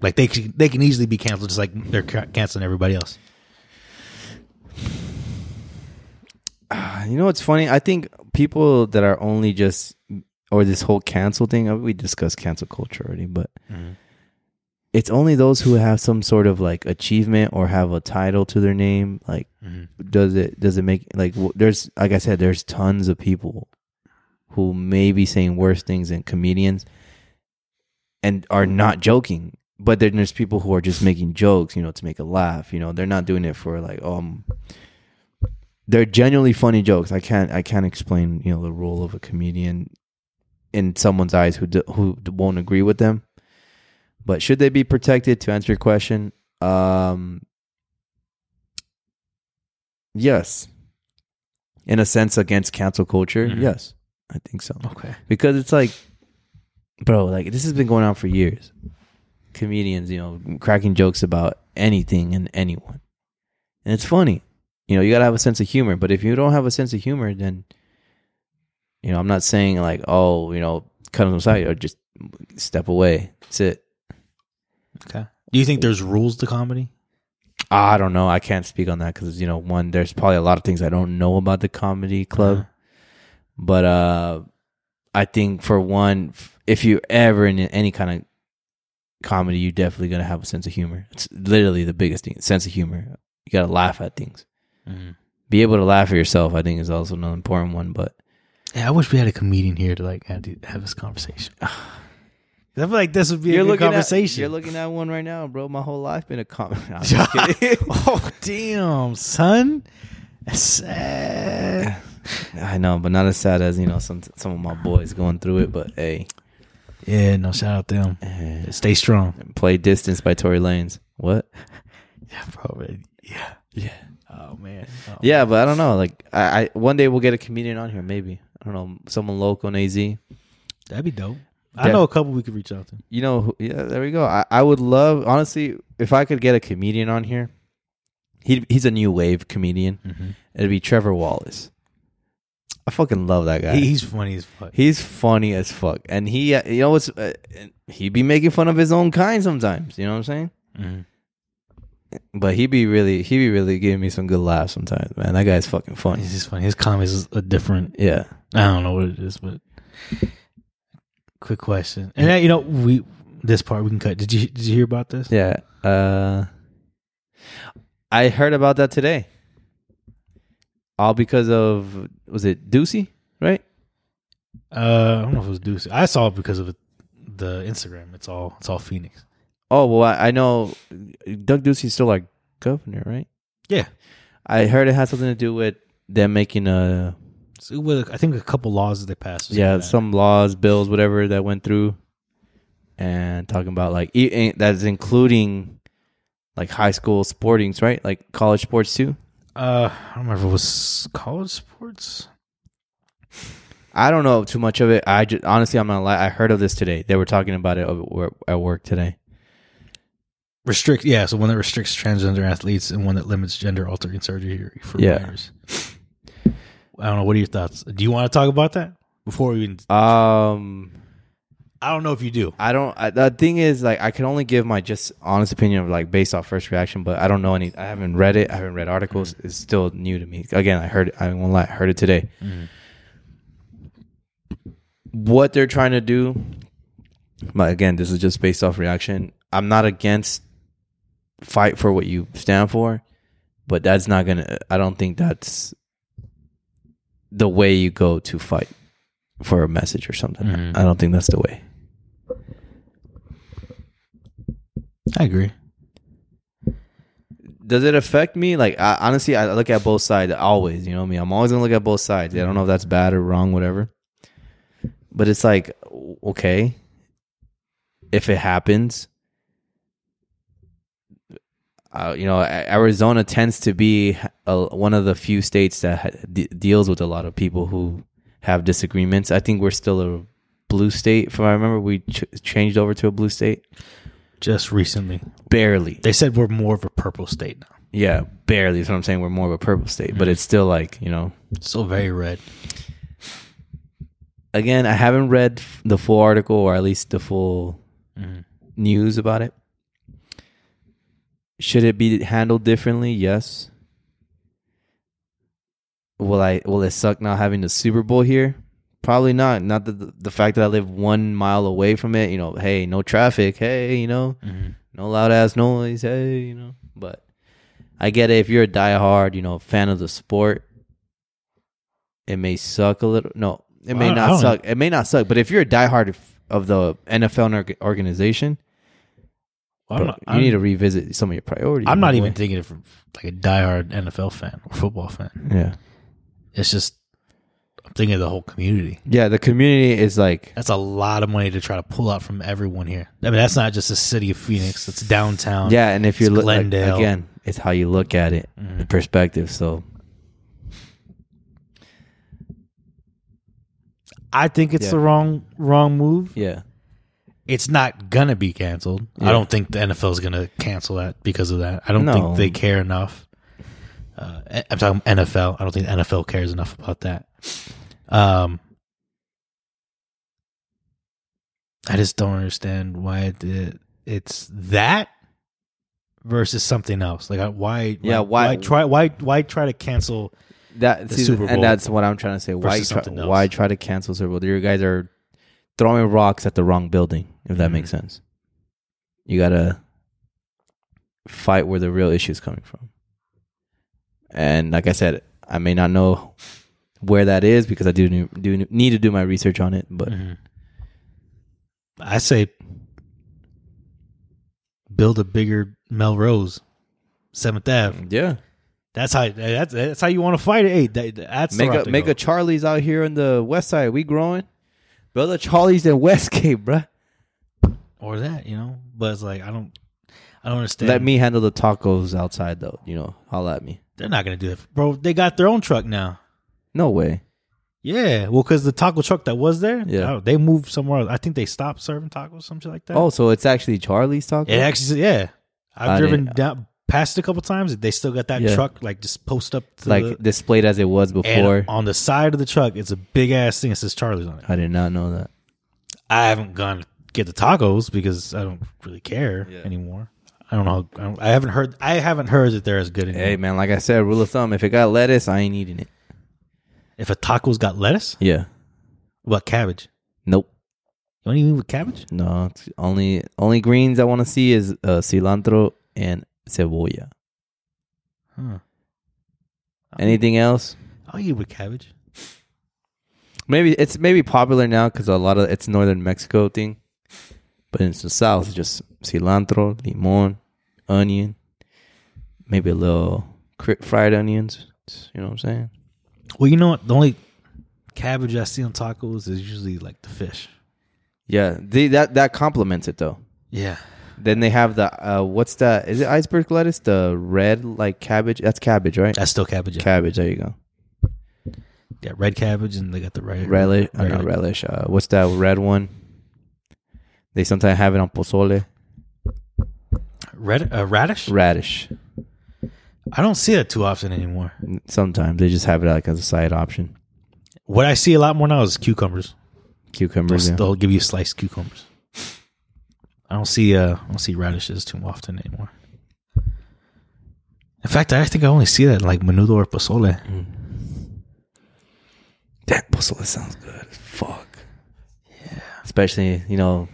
Like they can, they can easily be canceled, just like they're ca- canceling everybody else.
Ah, You know what's funny? I think people that are only just or this whole cancel thing. uh, We discussed cancel culture already, but it's only those who have some sort of like achievement or have a title to their name. Like, does it does it make like w- there's like I said, there's tons of people who may be saying worse things than comedians and are not joking. But then there's people who are just making jokes, you know, to make a laugh. You know, they're not doing it for like, um, they're genuinely funny jokes. I can't, I can't explain, you know, the role of a comedian in someone's eyes who d- who d- won't agree with them. But should they be protected? To answer your question, um, yes, in a sense, against cancel culture,
Mhm.
yes, I think so
Okay,
because it's like, bro, like this has been going on for years. Comedians, you know, cracking jokes about anything and anyone, and it's funny. You know, you gotta have a sense of humor. But if you don't have a sense of humor, then, you know, I'm not saying like, oh, you know, cut them aside or just step away. That's it.
okay. Do you think there's rules to comedy?
Ah, I don't know. I can't speak on that because you know, one, there's probably a lot of things I don't know about the comedy club, but uh, I think for one, f- if you're ever in any kind of comedy, you're definitely gonna have a sense of humor. It's literally the biggest thing: sense of humor. You gotta laugh at things. Mm-hmm. Be able to laugh at yourself. I think is also an important one. But
Yeah, I wish we had a comedian here to like have, to have this conversation. 'Cause I feel like this would be a good
At,
conversation.
you're looking at one right now, bro. My whole life been a comedy.
oh damn, son! That's sad.
I know, but not as sad as you know some some of my boys going through it. But hey.
Yeah, no, shout out them.
Eh.
Stay strong.
Play Distance by Tory Lanez. What?
Yeah, probably. Yeah, yeah. Oh man. Oh.
Yeah, but I don't know. Like, I, I one day we'll get a comedian on here, maybe. I don't know, someone local in AZ. You
that'd be dope. I
Def-
know a couple we could reach out to.
know, who- yeah, there we go. I, I would love, honestly, if I could get a comedian on here, He he's a new wave comedian.
Mm-hmm.
It'd be Trevor Wallace. I fucking love that guy.
He- he's funny as fuck.
He's funny as fuck, and he, uh, you know, what's uh, he be making fun of his own kind sometimes. You know what I'm saying?
Mm-hmm.
But he be really, he be really giving me some good laughs sometimes. Man, that guy's fucking funny.
He's just funny. His comedy is a different.
Yeah,
I don't know what it is, but quick question. And uh, you know, we this part we can cut. Did you did you hear about this?
yeah. Uh, I heard about that today. All because of was it Ducey, right?
Uh, I don't know if it was Deuce. I saw it because of the Instagram. It's all it's all Phoenix.
Oh well, I, I know Doug Ducey's still our governor, right?
Yeah,
I heard it had something to do with them making a
so it was, I think a couple laws that they passed. or something
yeah
like that.
some laws bills whatever that went through and talking about like e- in- that's including like high school sportings right like college sports too
Uh, I don't remember. if it was college sports?
i don't know too much of it i just honestly i'm not lie i heard of this today they were talking about it over- wor- at work today
Restrict. Yeah, so one that restricts transgender athletes and one that limits gender altering surgery for
Yeah.
minors. I don't know. What are your thoughts? Do you want to talk about that before we? Even,
um
I don't know if you do.
i don't I, the thing is like i can only give my just honest opinion of like based off first reaction but i don't know any i haven't read it i haven't read articles it's still new to me again i heard it i won't lie i heard it today what they're trying to do but again this is just based off reaction i'm not against fight for what you stand for but that's not gonna i don't think that's the way you go to fight for a message or something i don't think that's the way
I agree.
does it affect me? Like I, honestly, I look at both sides always. You know me. I'm always gonna look at both sides. I don't know if that's bad or wrong, whatever. But it's like o- okay, if it happens, uh, you know, A- Arizona tends to be uh one of the few states that ha- de- deals with a lot of people who have disagreements. I think we're still a blue state. From I remember, we ch- changed over to a blue state
Just recently,
barely.
they said we're more of a purple state now.
Yeah, barely. That's what I'm saying. We're more of a purple state, but it's still like you know.
Still very red.
Again, I haven't read f- the full article or at least the full news about it. Should it be handled differently? Yes. Will I? Will it suck not having the Super Bowl here? Probably not. Not the the the fact that I live one mile away from it. You know, hey, no traffic. Hey, you know,
Mm-hmm.
no loud ass noise. Hey, you know. But I get it. If you're a diehard, you know, fan of the sport, it may suck a little. No, it may
I- I
not
don't know.
suck. It may not suck. But if you're a diehard of- of the NFL org- organization,
Well, I'm
bro,
not,
you
I'm,
need to revisit some of your priorities.
I'm
my
not
boy.
even thinking of like a diehard NFL fan or football fan.
Yeah,
It's just I'm thinking of the whole community.
yeah. The community is like
That's a lot of money to try to pull out from everyone here. I mean, that's not just the city of Phoenix. It's downtown.
Yeah, and if you
Um, It's
look like,
Glendale. Mm.
again, it's how you look at it, the perspective. So
I think it's
Yeah.
the wrong wrong move.
yeah,
It's not gonna be canceled.
Yeah.
I don't think the NFL is gonna cancel that because of that. I don't
No.
think they care enough. Uh, I- I'm talking NFL. I don't think the NFL cares enough about that. Um, I just don't understand why it, it, it's that versus something else. Like, I- why?
Yeah, why-
Why try? Why? Why try to cancel?
that
The
see,
Super Bowl
and that's what I'm trying to say. Why
versus
try,
something else.
why try to cancel Super Bowl? You guys are throwing rocks at the wrong building. If
Mm.
that makes sense, you gotta fight where the real issue is coming from. And like I said, I may not know where that is because I do ne- do ne- need to do my research on it,
Mm-hmm.
but
I say build a bigger Melrose, Seventh Ave.
yeah.
That's how that's that's how you want to fight it. Hey, that, that's the
Make
route
a
to
make
go.
a Charlie's out here on the west side. We growing. Build a Charlie's in Westgate, bruh.
or that you know. But it's like I don't I don't understand.
Let me handle the tacos outside though. You know, holla at me.
They're not gonna do that, bro. They got their own truck now.
No way.
Yeah, well, because the taco truck that was there,
Yeah.
oh, they moved somewhere else. I think they stopped serving tacos, some shit like that.
Oh, so it's actually Charlie's tacos?
it actually, yeah. I've
I
driven
didn't-
down passed a couple times. They still got that
Yeah.
truck like just post up to
like
the,
displayed as it was
and
before.
on the side of the truck. It's a big ass thing. It says Charlie's on it.
I did not know that.
I haven't gone to get the tacos because I don't really care anymore. I don't know. How, I, don't, I haven't heard. I haven't heard that they're as good anymore.
Hey man, like I said, rule of thumb: if it got lettuce, I ain't eating it.
If a taco's got lettuce,
Yeah.
what about cabbage?
Nope.
You want to eat with cabbage?
No. it's only only greens I want to see is uh, cilantro and cebolla.
Uh-huh. Huh.
Anything else?
I'll eat with cabbage.
Maybe it's maybe popular now because a lot of it's northern Mexico thing, but in the south, it's just cilantro, limon, onion, maybe a little cri- fried onions. You know what I'm saying?
Well, you know what? The only cabbage I see on tacos is usually like the fish.
Yeah, they, that that complements it though.
Yeah.
Then they have the uh, what's that? Is it iceberg lettuce? The red like cabbage? That's cabbage, right?
That's still cabbage. Yeah.
cabbage. There you go.
yeah, red cabbage, and they got the red.
Relish, uh, not relish. Uh, what's that red one? They sometimes have it on pozole.
red uh, radish.
Radish.
I don't see that too often anymore.
Sometimes they just have it like as a side option.
What I see a lot more now is cucumbers. They'll,
Cucumbers. yeah.
they'll give you sliced cucumbers. I don't see uh, I don't see radishes too often anymore. In fact, I think I only see that in, like menudo or pozole.
That pozole sounds good. as Fuck. Yeah. Especially you know,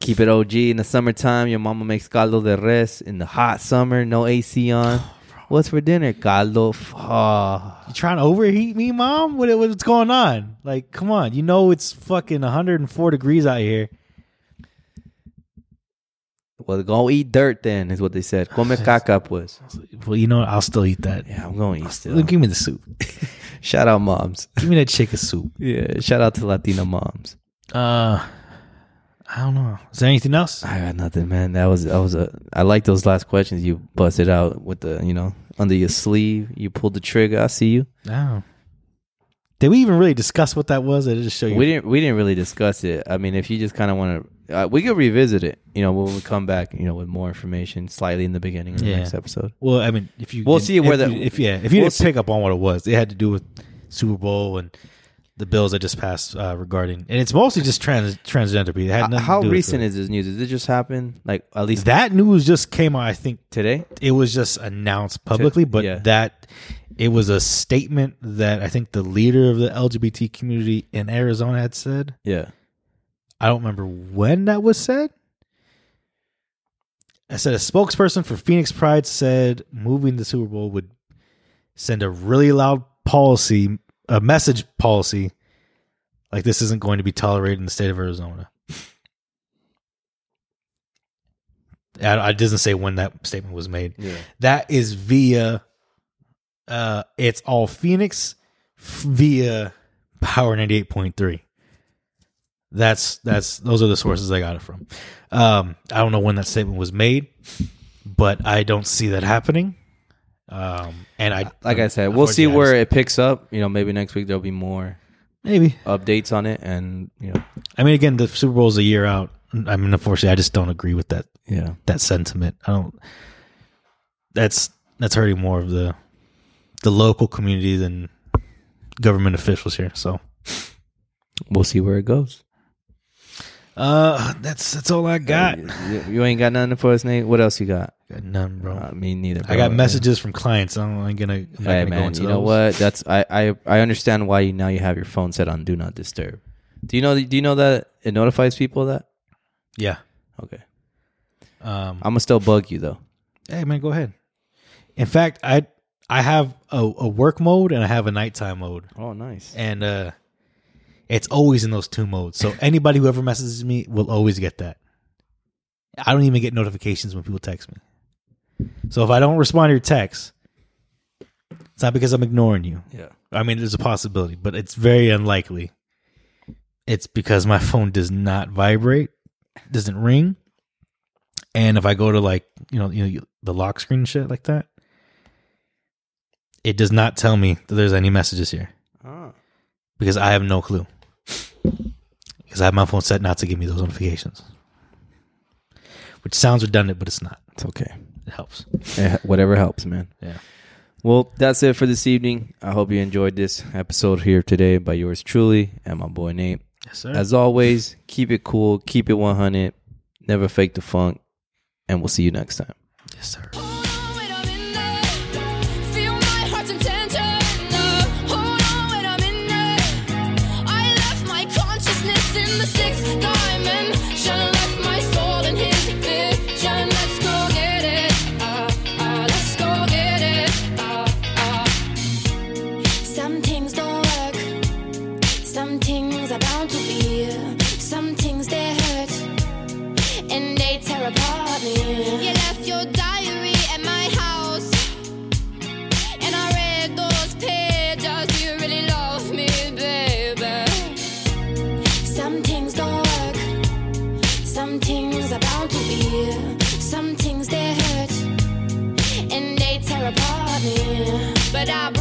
keep it OG in the summertime. Your mama makes caldo de res in the hot summer. No AC on. What's for dinner? Caldo. Fuck.
You trying to overheat me, mom? What what's going on? Like, come on, you know it's fucking 104 degrees out here.
Well, go eat dirt then, is what they said. Come caca, pues.
Well, you know what? I'll still eat that.
Yeah, I'm going to eat
Look,
still.
Give me the soup.
Shout out moms.
Give me that chicken soup.
Yeah, shout out to Latina moms.
Uh, I don't know. Is there anything else?
I got nothing, man. That was that was a. I like those last questions you busted out with the you know under your sleeve. You pulled the trigger. I see you.
No. Did we even really discuss what that was? Or did it just show you?
We didn't we didn't really discuss it. I mean, if you just kind of want to, uh, we could revisit it. You know, when we come back, you know, with more information, slightly in the beginning of the
Yeah.
next episode.
Well, I mean, if you
We'll
didn't-
see where
if
the-
you- if yeah if you
we'll
didn't
see-
pick up on what it was, it had to do with Super Bowl and the bills that just passed uh, regarding, and it's mostly just trans transgender people. It had
Uh,
nothing
how
to do with
recent
it.
is this news? Did it just happen? Like at least
that news? Just came out. I think
today?
it was just announced publicly, but
yeah.
that it was a statement that I think the leader of the LGBT community in Arizona had said.
Yeah.
I don't remember when that was said. I said a spokesperson for Phoenix Pride said moving the Super Bowl would send a really loud policy, a message policy, like this isn't going to be tolerated in the state of Arizona. I, I doesn't say when that statement was made.
Yeah.
That is via, uh, it's all Phoenix f- via Power ninety eight point three. That's that's those are the sources I got it from. Um, I don't know when that statement was made, but I don't see that happening. Um, and I
Like I said, we'll see where it picks up. You know, maybe next week there'll be more
maybe.
updates on it, and you know,
I mean, again, the Super Bowl's a year out. I mean, unfortunately, I just don't agree with that
yeah.
that sentiment. I don't. That's that's hurting more of the the local community than government officials here. So
we'll see where it goes.
uh, that's that's all I got.
You, you ain't got nothing for us, Nate. What else you got?
Got none, bro.
Uh, me neither.
I
bro.
got messages from clients. I'm not gonna. I'm not
Hey
gonna go
man,
into
you know
those.
what? That's I, I I understand why you now you have your phone set on do not disturb. Do you know? Do you know that it notifies people of that?
Yeah.
Okay,
Um.
I'm gonna still bug you though.
hey man, go ahead. In fact, I I have a, a work mode and I have a nighttime mode.
Oh, nice.
and uh it's always in those two modes. So anybody who ever messages me will always get that. I don't even get notifications when people text me. So if I don't respond to your text, it's not because I'm ignoring you.
Yeah.
I mean, there's a possibility, but it's very unlikely. It's because my phone does not vibrate, doesn't ring, and if I go to like you know you know you- the lock screen and shit like that, it does not tell me that there's any messages here because I have no clue. Because I have my phone set not to give me those notifications, which sounds redundant, but it's not.
It's okay.
helps.
Eh, whatever helps, man.
Yeah.
Well, that's it for this evening. I hope you enjoyed this episode here today by yours truly and my boy Nate.
Yes, sir.
As always, keep it cool, keep it 100, never fake the funk, and we'll see you next time.
yes, sir.
Hold on when I'm in there. Feel my heart's intention. Hold on when I'm in there. I left my consciousness in the sixth dimension. Left my soul in his vision. Let's go get it. Ah ah, let's go get it. Ah ah. Some things don't work. Some things are bound to be. Some things they hurt and they tear apart me. You left your diary at my house, and I read those pages. You really love me, baby. Some things don't work, some things are bound to be. Some things they hurt, and they tear apart me. But I